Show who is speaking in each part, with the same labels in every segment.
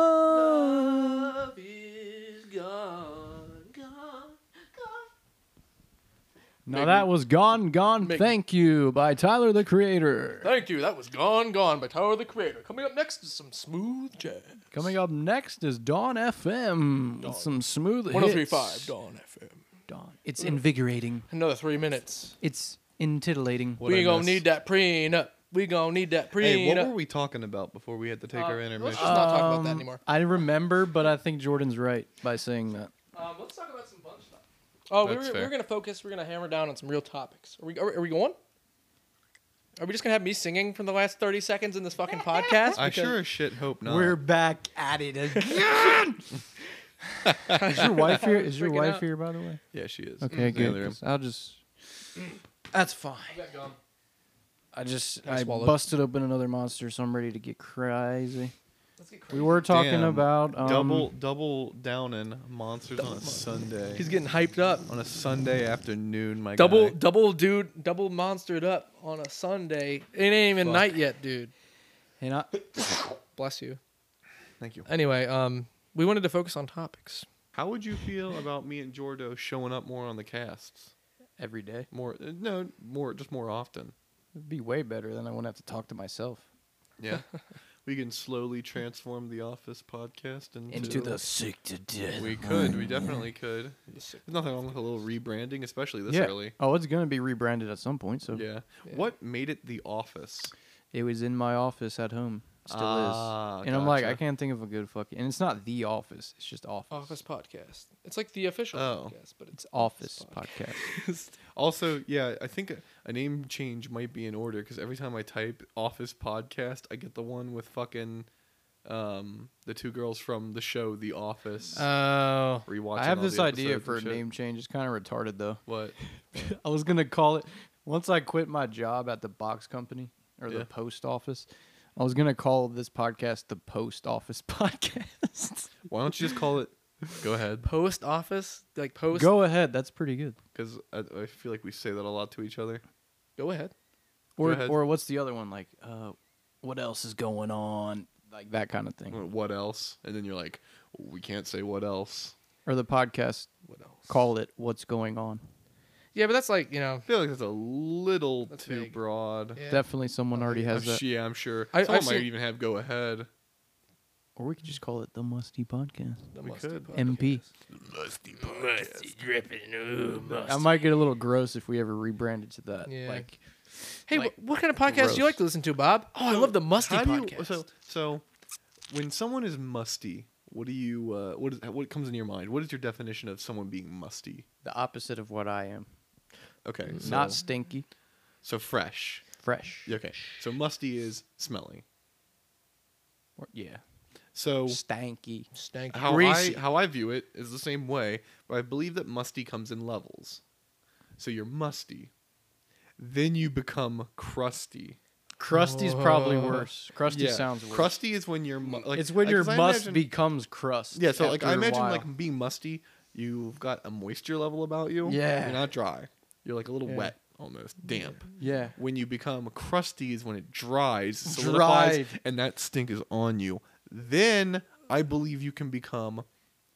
Speaker 1: gone.
Speaker 2: Love is gone, gone, gone.
Speaker 1: Now
Speaker 2: Maybe-
Speaker 1: that was Gone Gone
Speaker 2: Maybe-
Speaker 1: Thank You by Tyler the Creator.
Speaker 2: Thank you. That was Gone, Gone by Tyler the Creator. Coming up next is some smooth jazz.
Speaker 1: Coming up next is Dawn FM. with Some smooth hits.
Speaker 2: 1035 Dawn FM.
Speaker 1: Dawn. It's invigorating.
Speaker 2: Another three minutes.
Speaker 1: It's intitillating.
Speaker 3: What
Speaker 2: we
Speaker 3: I
Speaker 2: gonna
Speaker 3: miss.
Speaker 2: need that prenup. We gonna need that prenup.
Speaker 3: Hey, what were we talking about before we had to take
Speaker 2: Uh,
Speaker 3: our
Speaker 2: let's
Speaker 3: intermission?
Speaker 2: just- not talking about that
Speaker 1: Um,
Speaker 2: anymore.
Speaker 1: I remember, but I think Jordan's right by saying that.
Speaker 2: Um, let's talk about some fun stuff. Oh, we
Speaker 3: That's
Speaker 2: were, we
Speaker 3: fair.
Speaker 2: were going to focus. We're going to hammer down on some real topics. Are we, are, we- are we going? Are we just going to have me singing from the last 30 seconds in this fucking podcast?
Speaker 3: I
Speaker 2: Because
Speaker 3: sure as shit hope not.
Speaker 1: We're back at it again. is your wife here? Is your
Speaker 2: Freaking
Speaker 1: wife
Speaker 2: out.
Speaker 1: here, by the way?
Speaker 3: yeah, she is. Mm-hmm.
Speaker 1: Okay,
Speaker 3: In the
Speaker 1: good.
Speaker 3: other room.
Speaker 1: 'cause I'll just. That's fine.
Speaker 2: I got gum.
Speaker 1: I just
Speaker 2: I
Speaker 1: I
Speaker 2: swallowed.
Speaker 1: busted open another monster, so I'm ready to get crazy.
Speaker 2: Let's get
Speaker 1: We
Speaker 2: crazy.
Speaker 1: were talking
Speaker 3: Damn.
Speaker 1: about um,
Speaker 3: double double down in monsters on a Sunday.
Speaker 2: He's getting hyped up.
Speaker 3: on a Sunday afternoon, my
Speaker 2: Double
Speaker 3: guy.
Speaker 2: double dude, double monstered up on a Sunday. It ain't even
Speaker 3: Fuck.
Speaker 2: night yet, dude.
Speaker 1: And I,
Speaker 2: Bless you.
Speaker 3: Thank you.
Speaker 2: Anyway, um, we wanted to focus on topics
Speaker 3: How would you feel about me and Jordo showing up more on the casts?
Speaker 2: every day.
Speaker 3: More uh, no, more just more often.
Speaker 1: it'd be way better than I wouldn't have to talk to myself
Speaker 3: Yeah. we can slowly transform the office podcast into,
Speaker 1: sick to death.
Speaker 3: We could. We definitely could. There's nothing wrong with a little rebranding, especially this
Speaker 1: yeah.
Speaker 3: early.
Speaker 1: Oh, it's gonna be rebranded at some point. So
Speaker 3: Yeah.
Speaker 2: Yeah.
Speaker 3: What made it the office?
Speaker 1: it was in my office at home. Still
Speaker 3: Ah,
Speaker 1: is. And I'm like,
Speaker 3: gotcha.
Speaker 1: I can't think of a good fucking. And it's not the office. It's just office.
Speaker 2: Office podcast. It's like the official
Speaker 3: Oh.
Speaker 2: podcast, but
Speaker 1: It's
Speaker 2: it's
Speaker 1: office podcast.
Speaker 3: Also, yeah, I think a, a name change might be in order because every time I type office podcast, I get the one with fucking um, the two girls from the show The Office.
Speaker 1: Oh.
Speaker 3: rewatching
Speaker 1: I have
Speaker 3: all
Speaker 1: this
Speaker 3: the
Speaker 1: idea
Speaker 3: episodes
Speaker 1: for a
Speaker 3: and shit.
Speaker 1: name change. It's kind of retarded though.
Speaker 3: What?
Speaker 1: I was gonna call it once I quit my job at the box company or
Speaker 3: Yeah.
Speaker 1: the post office. I was gonna call this podcast the Post Office Podcast.
Speaker 3: Why don't you just call it? Go ahead,
Speaker 2: post office, like post.
Speaker 1: Go ahead, that's pretty good.
Speaker 3: because I, I feel like we say that a lot to each other.
Speaker 2: Go ahead.
Speaker 1: Or
Speaker 3: ahead.
Speaker 1: or what's the other one like? Uh, what else is going on? Like that kind of thing.
Speaker 3: What else? And then you're like, we can't say what else.
Speaker 1: Or the podcast
Speaker 2: What else?
Speaker 1: called it "What's Going On."
Speaker 2: Yeah, but that's like you know.
Speaker 3: I feel like that's a little
Speaker 2: That's
Speaker 3: too
Speaker 2: vague.
Speaker 3: broad.
Speaker 2: Yeah.
Speaker 1: Definitely, someone already has
Speaker 3: I'm
Speaker 1: that.
Speaker 3: sh- yeah, I'm sure.
Speaker 2: I-
Speaker 3: Someone
Speaker 2: I've
Speaker 3: might
Speaker 2: seen-
Speaker 3: even have go ahead.
Speaker 1: Or we could just call it the Musty Podcast.
Speaker 2: the
Speaker 3: We
Speaker 2: musty
Speaker 3: could.
Speaker 2: podcast.
Speaker 1: MP.
Speaker 3: Musty
Speaker 1: I might get a little gross if we ever rebranded to that.
Speaker 2: Yeah.
Speaker 1: Like
Speaker 2: Hey,
Speaker 1: Like,
Speaker 2: wh- what kind of podcast do you like to listen to, Bob? Oh, I love the musty
Speaker 3: How do you-
Speaker 2: podcast.
Speaker 3: so, so when someone is musty, what do you uh, what is what comes in your mind? What is your definition of someone being musty?
Speaker 1: the opposite of what I am.
Speaker 3: Okay,
Speaker 2: Mm,
Speaker 3: so,
Speaker 1: Not stinky,
Speaker 3: so fresh.
Speaker 1: fresh.
Speaker 3: Okay, so musty is smelling.
Speaker 1: Or- yeah.
Speaker 3: So
Speaker 1: stanky.
Speaker 2: Stank.
Speaker 3: how
Speaker 2: greasy.
Speaker 3: I how I view it is the same way, but I believe that musty comes in levels. So you're musty, then you become crusty.
Speaker 1: Crusty's probably
Speaker 2: Whoa.
Speaker 1: worse. Crusty sounds worse.
Speaker 3: crusty is when you're mu- like
Speaker 1: it's when
Speaker 3: like,
Speaker 1: your
Speaker 3: 'cause I
Speaker 1: must
Speaker 3: imagine-
Speaker 1: becomes crust.
Speaker 3: Yeah, so like I
Speaker 1: after a
Speaker 3: imagine
Speaker 1: while.
Speaker 3: like being musty, you've got a moisture level about you.
Speaker 1: Yeah.
Speaker 3: You're not dry. You're like a little
Speaker 2: Yeah.
Speaker 3: wet almost, damp.
Speaker 1: yeah,
Speaker 3: When you become crusty is when it dries, solidifies,
Speaker 1: Dried.
Speaker 3: and that stink is on you. Then I believe you can become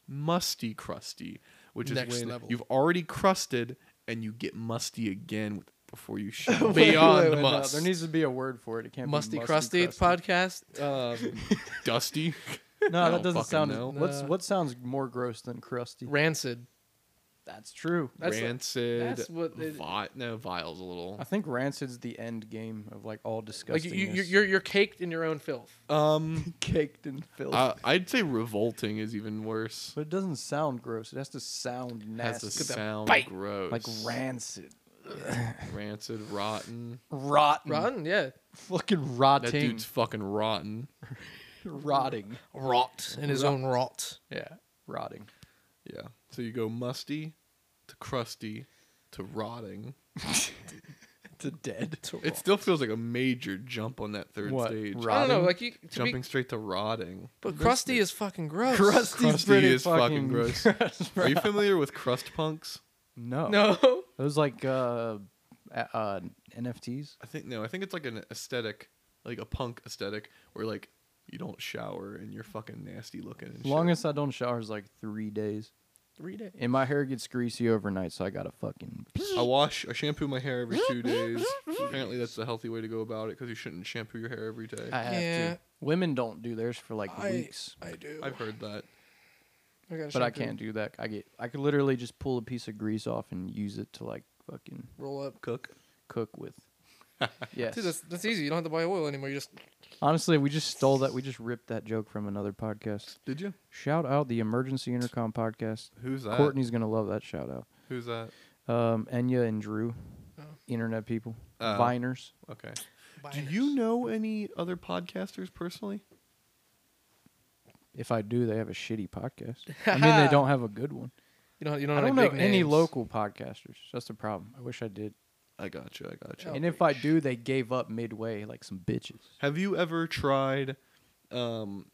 Speaker 3: musty crusty, which is
Speaker 2: Next
Speaker 3: when
Speaker 2: level.
Speaker 3: you've already crusted and you get musty again with, before you show.
Speaker 2: Wait, Beyond
Speaker 1: no,
Speaker 2: must.
Speaker 1: there needs to be a word for it. It can't
Speaker 2: musty,
Speaker 1: be
Speaker 2: crusty, podcast.
Speaker 3: um, dusty.
Speaker 1: No, that
Speaker 3: don't
Speaker 1: doesn't
Speaker 3: fucking
Speaker 1: sound.
Speaker 3: know.
Speaker 1: What's
Speaker 2: Nah.
Speaker 1: what sounds more gross than crusty?
Speaker 2: Rancid.
Speaker 1: That's true.
Speaker 2: That's-
Speaker 3: rancid.
Speaker 2: that's what it-
Speaker 3: vi- no, vile's a little.
Speaker 1: I think rancid's the end game of like all
Speaker 2: Like
Speaker 1: disgusting.
Speaker 2: you, you, you're you're caked in your own filth.
Speaker 3: Um.
Speaker 1: caked in filth.
Speaker 3: Uh, I'd say revolting is even worse.
Speaker 1: but it doesn't sound gross. It has to sound
Speaker 3: Has
Speaker 1: nasty,
Speaker 3: the sound
Speaker 2: bite.
Speaker 3: gross,
Speaker 1: like rancid,
Speaker 3: rancid, rotten.
Speaker 1: rotten,
Speaker 2: Rotten. Yeah.
Speaker 1: fucking
Speaker 3: That
Speaker 1: rotting,
Speaker 3: dude's fucking rotten.
Speaker 1: rotting.
Speaker 2: Rot in his own rot.
Speaker 1: Yeah, rotting.
Speaker 3: Yeah. So you go musty to crusty to rotting.
Speaker 1: To dead.
Speaker 3: It still feels like a major jump on that third
Speaker 1: What,
Speaker 3: stage.
Speaker 1: rot-
Speaker 2: I don't know.
Speaker 1: Rotting?
Speaker 2: Like you. To
Speaker 3: Jumping
Speaker 2: Be,
Speaker 3: straight to rotting.
Speaker 2: but crusty is fucking gross.
Speaker 1: Krusty's
Speaker 3: Krusty
Speaker 1: pretty
Speaker 3: is fucking
Speaker 1: fucking
Speaker 3: gross.
Speaker 1: gross, bro.
Speaker 3: Are you familiar with crust punks?
Speaker 1: No.
Speaker 2: No.
Speaker 1: It was like uh, a- uh, NFTs.
Speaker 3: I think no. I think it's like an aesthetic, like a punk aesthetic, where like you don't shower and you're fucking nasty looking. And
Speaker 1: As long
Speaker 3: shit.
Speaker 1: as I don't shower is like three days,
Speaker 2: Read it.
Speaker 1: and my hair gets greasy overnight, so I gotta fucking.
Speaker 3: I wash, I shampoo my hair every two days. Apparently, that's the healthy way to go about it because you shouldn't shampoo your hair every day.
Speaker 1: I have
Speaker 2: Yeah.
Speaker 1: to. Women don't do theirs for like
Speaker 2: I-
Speaker 1: weeks,
Speaker 2: I do.
Speaker 3: I've heard that.
Speaker 2: I gotta
Speaker 1: but I
Speaker 2: shampoo.
Speaker 1: can't do that. I get. I could literally just pull a piece of grease off and use it to like fucking
Speaker 2: roll up.
Speaker 3: Cook.
Speaker 1: cook with. yes.
Speaker 2: Dude, that's that's easy. You don't have to buy oil anymore. You just
Speaker 1: Honestly, we just stole that. We just ripped that joke from another podcast.
Speaker 3: Did you?
Speaker 1: Shout out the Emergency Intercom podcast.
Speaker 3: Who's that?
Speaker 1: Courtney's gonna love that shout out.
Speaker 3: Who's that?
Speaker 1: Um, Enya and Drew,
Speaker 2: Oh.
Speaker 1: internet people,
Speaker 3: Oh.
Speaker 1: Viners.
Speaker 3: Okay.
Speaker 2: buy
Speaker 3: Do
Speaker 2: it.
Speaker 3: you know any other podcasters personally?
Speaker 1: If I do, they have a shitty podcast. I mean, they don't have a good one.
Speaker 2: You don't. You don't,
Speaker 1: I
Speaker 2: have
Speaker 1: don't know
Speaker 2: big
Speaker 1: any
Speaker 2: names.
Speaker 1: local podcasters. That's the problem. I wish I did.
Speaker 3: I got you. I got you.
Speaker 2: Oh,
Speaker 1: and if I do, they gave up midway like some bitches.
Speaker 3: Have you ever tried um,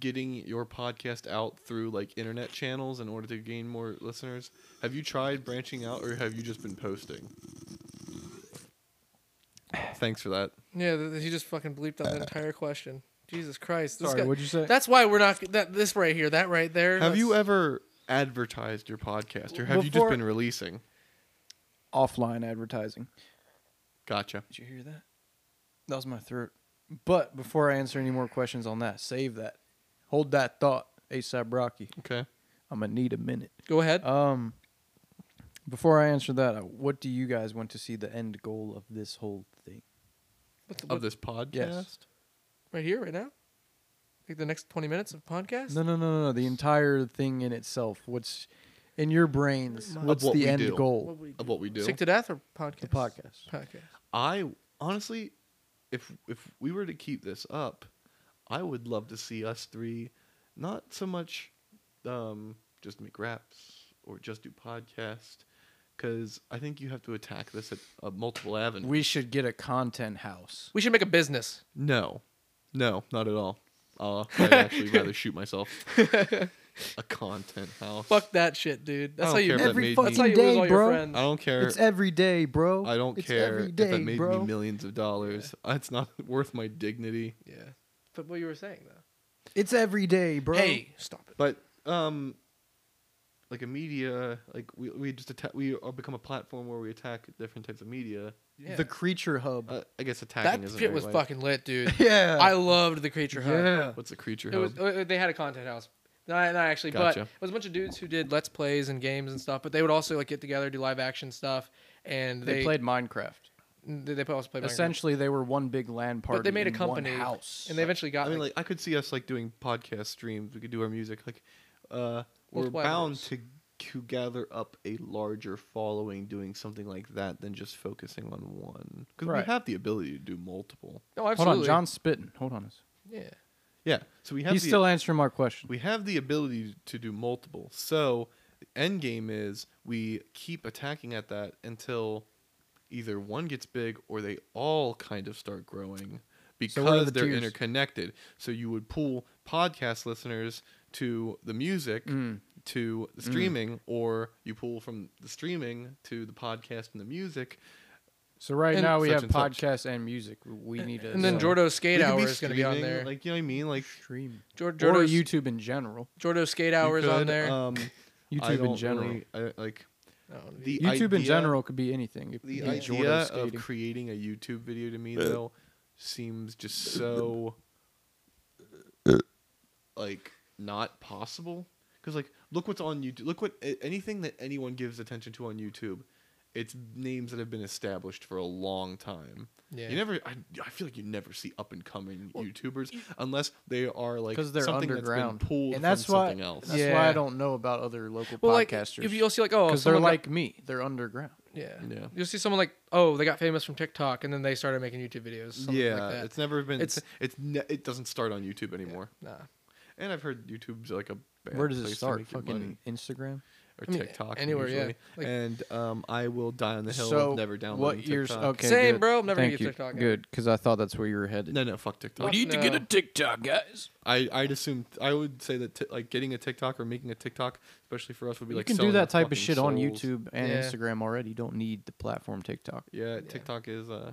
Speaker 3: getting your podcast out through like internet channels in order to gain more listeners? Have you tried branching out or have you just been posting? Thanks for that.
Speaker 2: Yeah, th- th- he just fucking bleeped out that entire question. Jesus Christ! This
Speaker 1: Uh. Sorry,
Speaker 2: guy,
Speaker 1: what'd you say?
Speaker 2: That's why we're not that. This right here, that right there.
Speaker 3: Have you
Speaker 2: that's-
Speaker 3: ever advertised your podcast or have you just
Speaker 1: Before-
Speaker 3: been releasing?
Speaker 1: Offline advertising.
Speaker 3: Gotcha.
Speaker 1: Did you hear that? That was my throat. But before I answer any more questions on that, save that. Hold that thought, ASAP Rocky.
Speaker 3: Okay.
Speaker 1: I'm gonna need a minute.
Speaker 2: Go ahead.
Speaker 1: Um, before I answer that, uh, what do you guys want to see the end goal of this whole thing?
Speaker 2: What's the-
Speaker 3: Of
Speaker 2: what-
Speaker 3: this podcast?
Speaker 2: right here, right now. Like the next twenty minutes of podcast.
Speaker 1: No, no, no, no, no. The entire thing in itself. What's in your brains?
Speaker 2: Of
Speaker 1: What's
Speaker 3: what
Speaker 1: the
Speaker 3: we
Speaker 1: end
Speaker 3: do.
Speaker 1: goal?
Speaker 2: What we
Speaker 3: Of what we do.
Speaker 2: Sick to death or podcast?
Speaker 1: The podcast.
Speaker 2: Podcast.
Speaker 3: I honestly, if if we were to keep this up, I would love to see us three, not so much, um, just make raps or just do podcast, because I think you have to attack this at uh, multiple avenues.
Speaker 1: We should get a content house.
Speaker 2: We should make a business.
Speaker 3: no, no, not at all. Uh, I'd actually rather shoot myself. a content house.
Speaker 2: Fuck that shit, dude. That's
Speaker 3: I
Speaker 2: how
Speaker 3: don't
Speaker 2: you.
Speaker 3: care if that
Speaker 1: Every
Speaker 3: made
Speaker 1: fucking
Speaker 3: me-
Speaker 2: that's how you lose
Speaker 1: day,
Speaker 2: all
Speaker 1: bro.
Speaker 2: your friends.
Speaker 3: I don't care.
Speaker 1: It's every day, bro.
Speaker 3: I don't
Speaker 1: It's
Speaker 3: care
Speaker 1: every
Speaker 3: if
Speaker 1: day,
Speaker 3: it made
Speaker 1: bro.
Speaker 3: me millions of dollars. It's not worth my dignity.
Speaker 2: yeah. But what you were saying though.
Speaker 1: It's every day, bro.
Speaker 2: Hey, stop it.
Speaker 3: But um, like a media, like we we just attack. We are become a platform where we attack different types of media.
Speaker 2: Yeah.
Speaker 1: The Creature Hub.
Speaker 3: Uh, I guess attacking
Speaker 2: that
Speaker 3: isn't
Speaker 2: shit
Speaker 3: right
Speaker 2: was
Speaker 3: way.
Speaker 2: fucking lit, dude.
Speaker 1: yeah.
Speaker 2: I loved the creature hub.
Speaker 1: yeah.
Speaker 3: What's a creature
Speaker 2: It was,
Speaker 3: hub?
Speaker 2: uh, they had a content house. Not, not actually,
Speaker 3: Gotcha.
Speaker 2: but it was a bunch of dudes who did let's plays and games and stuff. But they would also like get together, do live action stuff, and
Speaker 1: They,
Speaker 2: they,
Speaker 1: played Minecraft.
Speaker 2: They, they also played Minecraft.
Speaker 1: Essentially, they were one big land party.
Speaker 2: but they made a
Speaker 1: in one
Speaker 2: company
Speaker 1: house,
Speaker 2: and they eventually got.
Speaker 3: I mean,
Speaker 2: like,
Speaker 3: like I could see us like doing podcast streams. We could do our music. Like, uh, we're
Speaker 2: Multiple
Speaker 3: bound
Speaker 2: avenues.
Speaker 3: to to gather up a larger following doing something like that than just focusing on one because
Speaker 1: Right.
Speaker 3: we have the ability to do multiple.
Speaker 2: no,
Speaker 1: Hold on,
Speaker 2: oh, absolutely.
Speaker 1: John's spitting. Hold on.
Speaker 2: Yeah.
Speaker 3: Yeah, so we have
Speaker 1: He's
Speaker 3: the,
Speaker 1: still answering my question.
Speaker 3: we have the ability to do multiple. So the end game is we keep attacking at that until either one gets big or they all kind of start growing
Speaker 1: So what are
Speaker 3: because
Speaker 1: the
Speaker 3: they're
Speaker 1: tiers?
Speaker 3: interconnected. So you would pull podcast listeners to the music
Speaker 1: Mm.
Speaker 3: to the streaming or you pull from the streaming to the podcast and the music.
Speaker 1: So right
Speaker 2: And-
Speaker 1: now we have
Speaker 3: Such and such.
Speaker 1: podcasts and music. We need to uh,
Speaker 2: And then
Speaker 1: so-
Speaker 2: Jordo
Speaker 3: We
Speaker 2: Skate
Speaker 3: could
Speaker 2: Hour is going to be on
Speaker 3: streaming,
Speaker 2: there.
Speaker 3: Like you know what I mean? Like
Speaker 1: stream
Speaker 2: Jor-
Speaker 1: or uh,
Speaker 2: Jordo's,
Speaker 1: YouTube in general.
Speaker 2: Jordo Skate Hour is
Speaker 3: you
Speaker 2: on
Speaker 3: could,
Speaker 2: there.
Speaker 3: Um, I
Speaker 1: YouTube in
Speaker 3: don't
Speaker 1: general.
Speaker 3: really- I- like
Speaker 2: Oh,
Speaker 3: the
Speaker 1: YouTube in
Speaker 3: idea-
Speaker 1: general could be anything. It could
Speaker 3: The
Speaker 1: be
Speaker 3: idea
Speaker 1: Jordo
Speaker 3: of
Speaker 1: skating.
Speaker 3: creating a YouTube video to me though seems just so like not possible because like look what's on YouTube. Look what a- anything that anyone gives attention to on YouTube, it's names that have been established for a long time.
Speaker 2: yeah.
Speaker 3: You never, I, I feel like you never see up and coming YouTubers unless they are like
Speaker 1: 'Cause they're
Speaker 3: something
Speaker 1: underground.
Speaker 3: that's been pulled
Speaker 1: and that's
Speaker 3: from
Speaker 1: why
Speaker 3: something else.
Speaker 1: that's why
Speaker 2: Yeah.
Speaker 1: I don't know about other local
Speaker 2: well, like
Speaker 1: podcasters
Speaker 2: if you'll see like oh,
Speaker 1: because they're
Speaker 2: someone got-
Speaker 1: like me. They're underground.
Speaker 2: yeah.
Speaker 3: Yeah.
Speaker 2: You'll see someone like oh, they got famous from TikTok and then they started making YouTube videos. Something
Speaker 3: yeah,
Speaker 2: Like that.
Speaker 3: it's never been. It's
Speaker 2: It's-
Speaker 3: it's ne- it doesn't start on YouTube anymore.
Speaker 2: nah.
Speaker 3: And I've heard YouTube's like a bad
Speaker 1: Where does it
Speaker 3: place to
Speaker 1: start?
Speaker 3: make your
Speaker 1: Fucking
Speaker 3: money.
Speaker 1: Instagram.
Speaker 3: or
Speaker 2: I mean,
Speaker 3: TikTok
Speaker 2: anywhere, yeah.
Speaker 3: usually.
Speaker 2: Like-
Speaker 3: and um, I will die on the hill
Speaker 1: so
Speaker 3: of never downloading
Speaker 1: what years?
Speaker 3: TikTok.
Speaker 1: Okay,
Speaker 2: Same,
Speaker 1: good.
Speaker 2: bro. I'm never gonna
Speaker 1: Thank
Speaker 2: get
Speaker 1: you.
Speaker 2: TikTok again.
Speaker 1: Good, because I thought that's where you were headed.
Speaker 3: No, no, fuck TikTok.
Speaker 2: need to get a
Speaker 1: TikTok, guys.
Speaker 3: I I'd assume I would say that t- like getting a TikTok or making a TikTok, especially for us, would be
Speaker 1: You
Speaker 3: like
Speaker 1: can do
Speaker 3: selling our
Speaker 1: that type of
Speaker 3: fucking
Speaker 1: shit on
Speaker 3: souls.
Speaker 1: YouTube and
Speaker 2: Yeah.
Speaker 1: Instagram already. You don't need the platform TikTok.
Speaker 3: Yeah, TikTok is uh,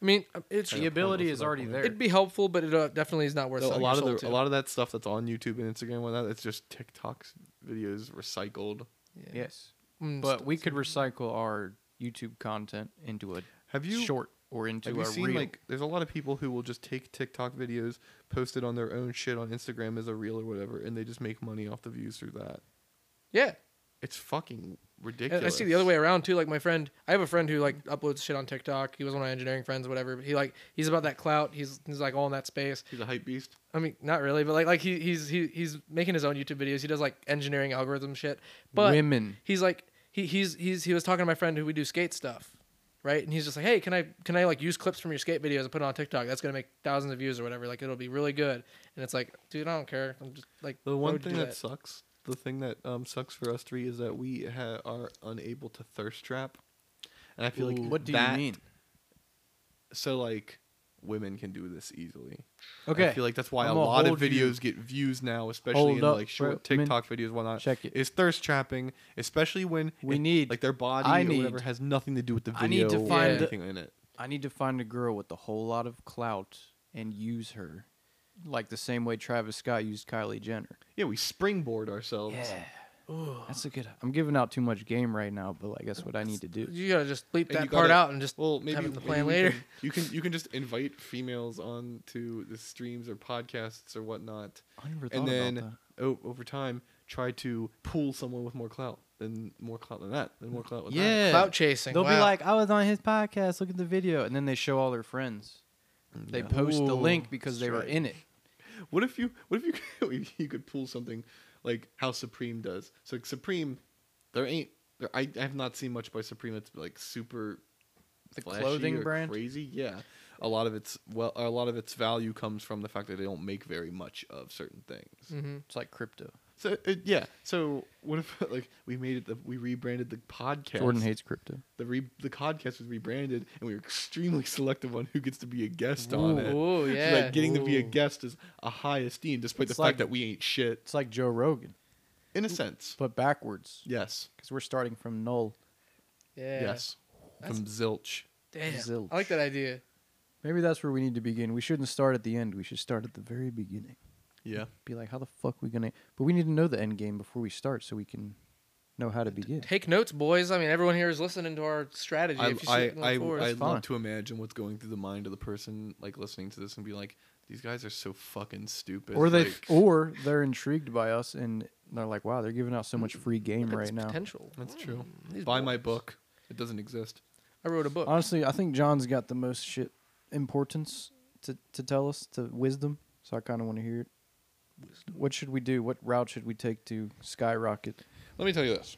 Speaker 2: I mean, it's
Speaker 4: The ability
Speaker 3: what's
Speaker 4: is
Speaker 3: the
Speaker 4: already
Speaker 3: point?
Speaker 4: there.
Speaker 2: it'd be helpful, but it uh, definitely is not worth
Speaker 3: So a
Speaker 2: selling
Speaker 3: lot
Speaker 2: your
Speaker 3: of
Speaker 2: soul
Speaker 3: the, a
Speaker 2: to.
Speaker 3: lot of that stuff that's on YouTube and Instagram and whatnot, it's just TikTok's videos recycled.
Speaker 1: Yes.
Speaker 2: Mm,
Speaker 1: But
Speaker 2: st-
Speaker 1: we could recycle our YouTube content into a
Speaker 3: Have you
Speaker 1: short or into
Speaker 3: Have you
Speaker 1: a
Speaker 3: seen
Speaker 1: reel.
Speaker 3: like there's a lot of people who will just take TikTok videos, post it on their own shit on Instagram as a reel or whatever, and they just make money off the views through that.
Speaker 2: yeah,
Speaker 3: It's fucking
Speaker 2: And
Speaker 3: ridiculous.
Speaker 2: I see the other way around too. Like my friend, I have a friend who like uploads shit on TikTok. He was one of my engineering friends, whatever. But he like he's about that clout. He's he's like all in that space.
Speaker 3: He's a hype beast.
Speaker 2: I mean, not really, but like like he he's he, he's making his own YouTube videos. He does like engineering algorithm shit. But
Speaker 1: Women.
Speaker 2: he's like he he's he's he was talking to my friend who we do skate stuff, right? And he's just like, hey, can I can I like use clips from your skate videos and put it on TikTok? That's gonna make thousands of views or whatever. Like it'll be really good. And it's like, dude, I don't care. I'm just like
Speaker 3: The
Speaker 2: why
Speaker 3: one
Speaker 2: would you
Speaker 3: thing
Speaker 2: do
Speaker 3: that, sucks, the thing that um, sucks for us three is that we ha- are unable to thirst trap, and I feel like
Speaker 1: what do you
Speaker 3: that-
Speaker 1: mean?
Speaker 3: So like, women can do this easily.
Speaker 1: Okay.
Speaker 3: I feel like that's why
Speaker 1: I'ma
Speaker 3: a lot of
Speaker 1: hold you-
Speaker 3: videos get views now, especially
Speaker 1: Hold
Speaker 3: in
Speaker 1: up,
Speaker 3: like short
Speaker 1: bro. Min-
Speaker 3: TikTok videos, whatnot.
Speaker 1: Check it.
Speaker 3: Is thirst trapping, especially when
Speaker 1: We
Speaker 3: it-
Speaker 1: need-
Speaker 3: like their body
Speaker 1: I
Speaker 3: or whatever
Speaker 1: need-
Speaker 3: has nothing to do with the
Speaker 1: I need
Speaker 3: video
Speaker 1: to
Speaker 3: or
Speaker 1: find
Speaker 2: the-
Speaker 3: anything in it.
Speaker 1: I need to find a girl with a whole lot of clout and use her, like the same way Travis Scott used Kylie Jenner.
Speaker 3: Yeah, we springboard ourselves.
Speaker 1: That's a good. I'm giving out too much game right now, but like that's what I need to do.
Speaker 2: You gotta just bleep
Speaker 3: And you
Speaker 2: that part
Speaker 3: gotta-
Speaker 2: out and just
Speaker 3: Well, maybe
Speaker 2: have it in the
Speaker 3: maybe
Speaker 2: plan
Speaker 3: we
Speaker 2: later.
Speaker 3: can- you can you can just invite females on to the streams or podcasts or whatnot,
Speaker 1: I never thought
Speaker 3: and
Speaker 1: about
Speaker 3: then
Speaker 1: that.
Speaker 3: o- over time try to pull someone with more clout, then more clout than that, then more clout than that.
Speaker 1: Yeah,
Speaker 2: Clout chasing.
Speaker 1: They'll be
Speaker 2: wow.
Speaker 1: like, "I was on his podcast. Look at the video," and then they show all their friends. They post the link because they were
Speaker 3: right.
Speaker 1: in it.
Speaker 3: What if you what if you could, you could pull something like how Supreme does? So like, Supreme, there ain't there, I I have not seen much by Supreme. It's like super
Speaker 1: The
Speaker 3: flashy
Speaker 1: clothing
Speaker 3: or
Speaker 1: brand?
Speaker 3: crazy. Yeah, a lot of its well a lot of its value comes from the fact that they don't make very much of certain things.
Speaker 1: It's like crypto.
Speaker 3: So it, yeah. So what if like we made it the we rebranded the podcast?
Speaker 1: Jordan hates crypto.
Speaker 3: the re, the podcast was rebranded, and we were extremely selective on who gets to be a guest
Speaker 2: Ooh,
Speaker 3: on it.
Speaker 2: ooh,
Speaker 3: So,
Speaker 2: Oh, yeah.
Speaker 3: like getting to be a
Speaker 2: Ooh.
Speaker 3: guest is a high esteem, despite
Speaker 1: It's
Speaker 3: the
Speaker 1: like-
Speaker 3: fact that we ain't shit.
Speaker 1: It's like Joe Rogan,
Speaker 3: In a sense,
Speaker 1: but backwards
Speaker 3: yes,
Speaker 1: because we're starting from null.
Speaker 2: Yeah.
Speaker 3: yes, from zilch.
Speaker 2: Damn.
Speaker 1: Zilch.
Speaker 2: I like that idea.
Speaker 1: Maybe that's where we need to begin. We shouldn't start at the end. We should start at the very beginning.
Speaker 3: Yeah,
Speaker 1: Be like, how the fuck we gonna? But we need to know the end game before we start, so we can know how to begin.
Speaker 2: Take notes, boys. I mean, everyone here is listening to our strategy.
Speaker 3: I
Speaker 2: if you
Speaker 3: I
Speaker 2: see
Speaker 3: I,
Speaker 2: forward.
Speaker 3: I
Speaker 1: It's fine.
Speaker 3: love to imagine what's going through the mind of the person like listening to this and be like, these guys are so fucking stupid.
Speaker 1: Or they,
Speaker 3: like,
Speaker 1: or they're intrigued by us and they're like, wow, they're giving out so much free game
Speaker 2: Look at
Speaker 1: right
Speaker 2: this
Speaker 1: now.
Speaker 2: Potential.
Speaker 3: that's true.
Speaker 2: These
Speaker 3: Buy my
Speaker 2: boys.
Speaker 3: book. It doesn't exist.
Speaker 2: I wrote a book.
Speaker 1: Honestly, I think John's got the most shit importance to to tell us to wisdom. So I kind of want to hear it. What should we do? What route should we take to skyrocket?
Speaker 3: Let me tell you this.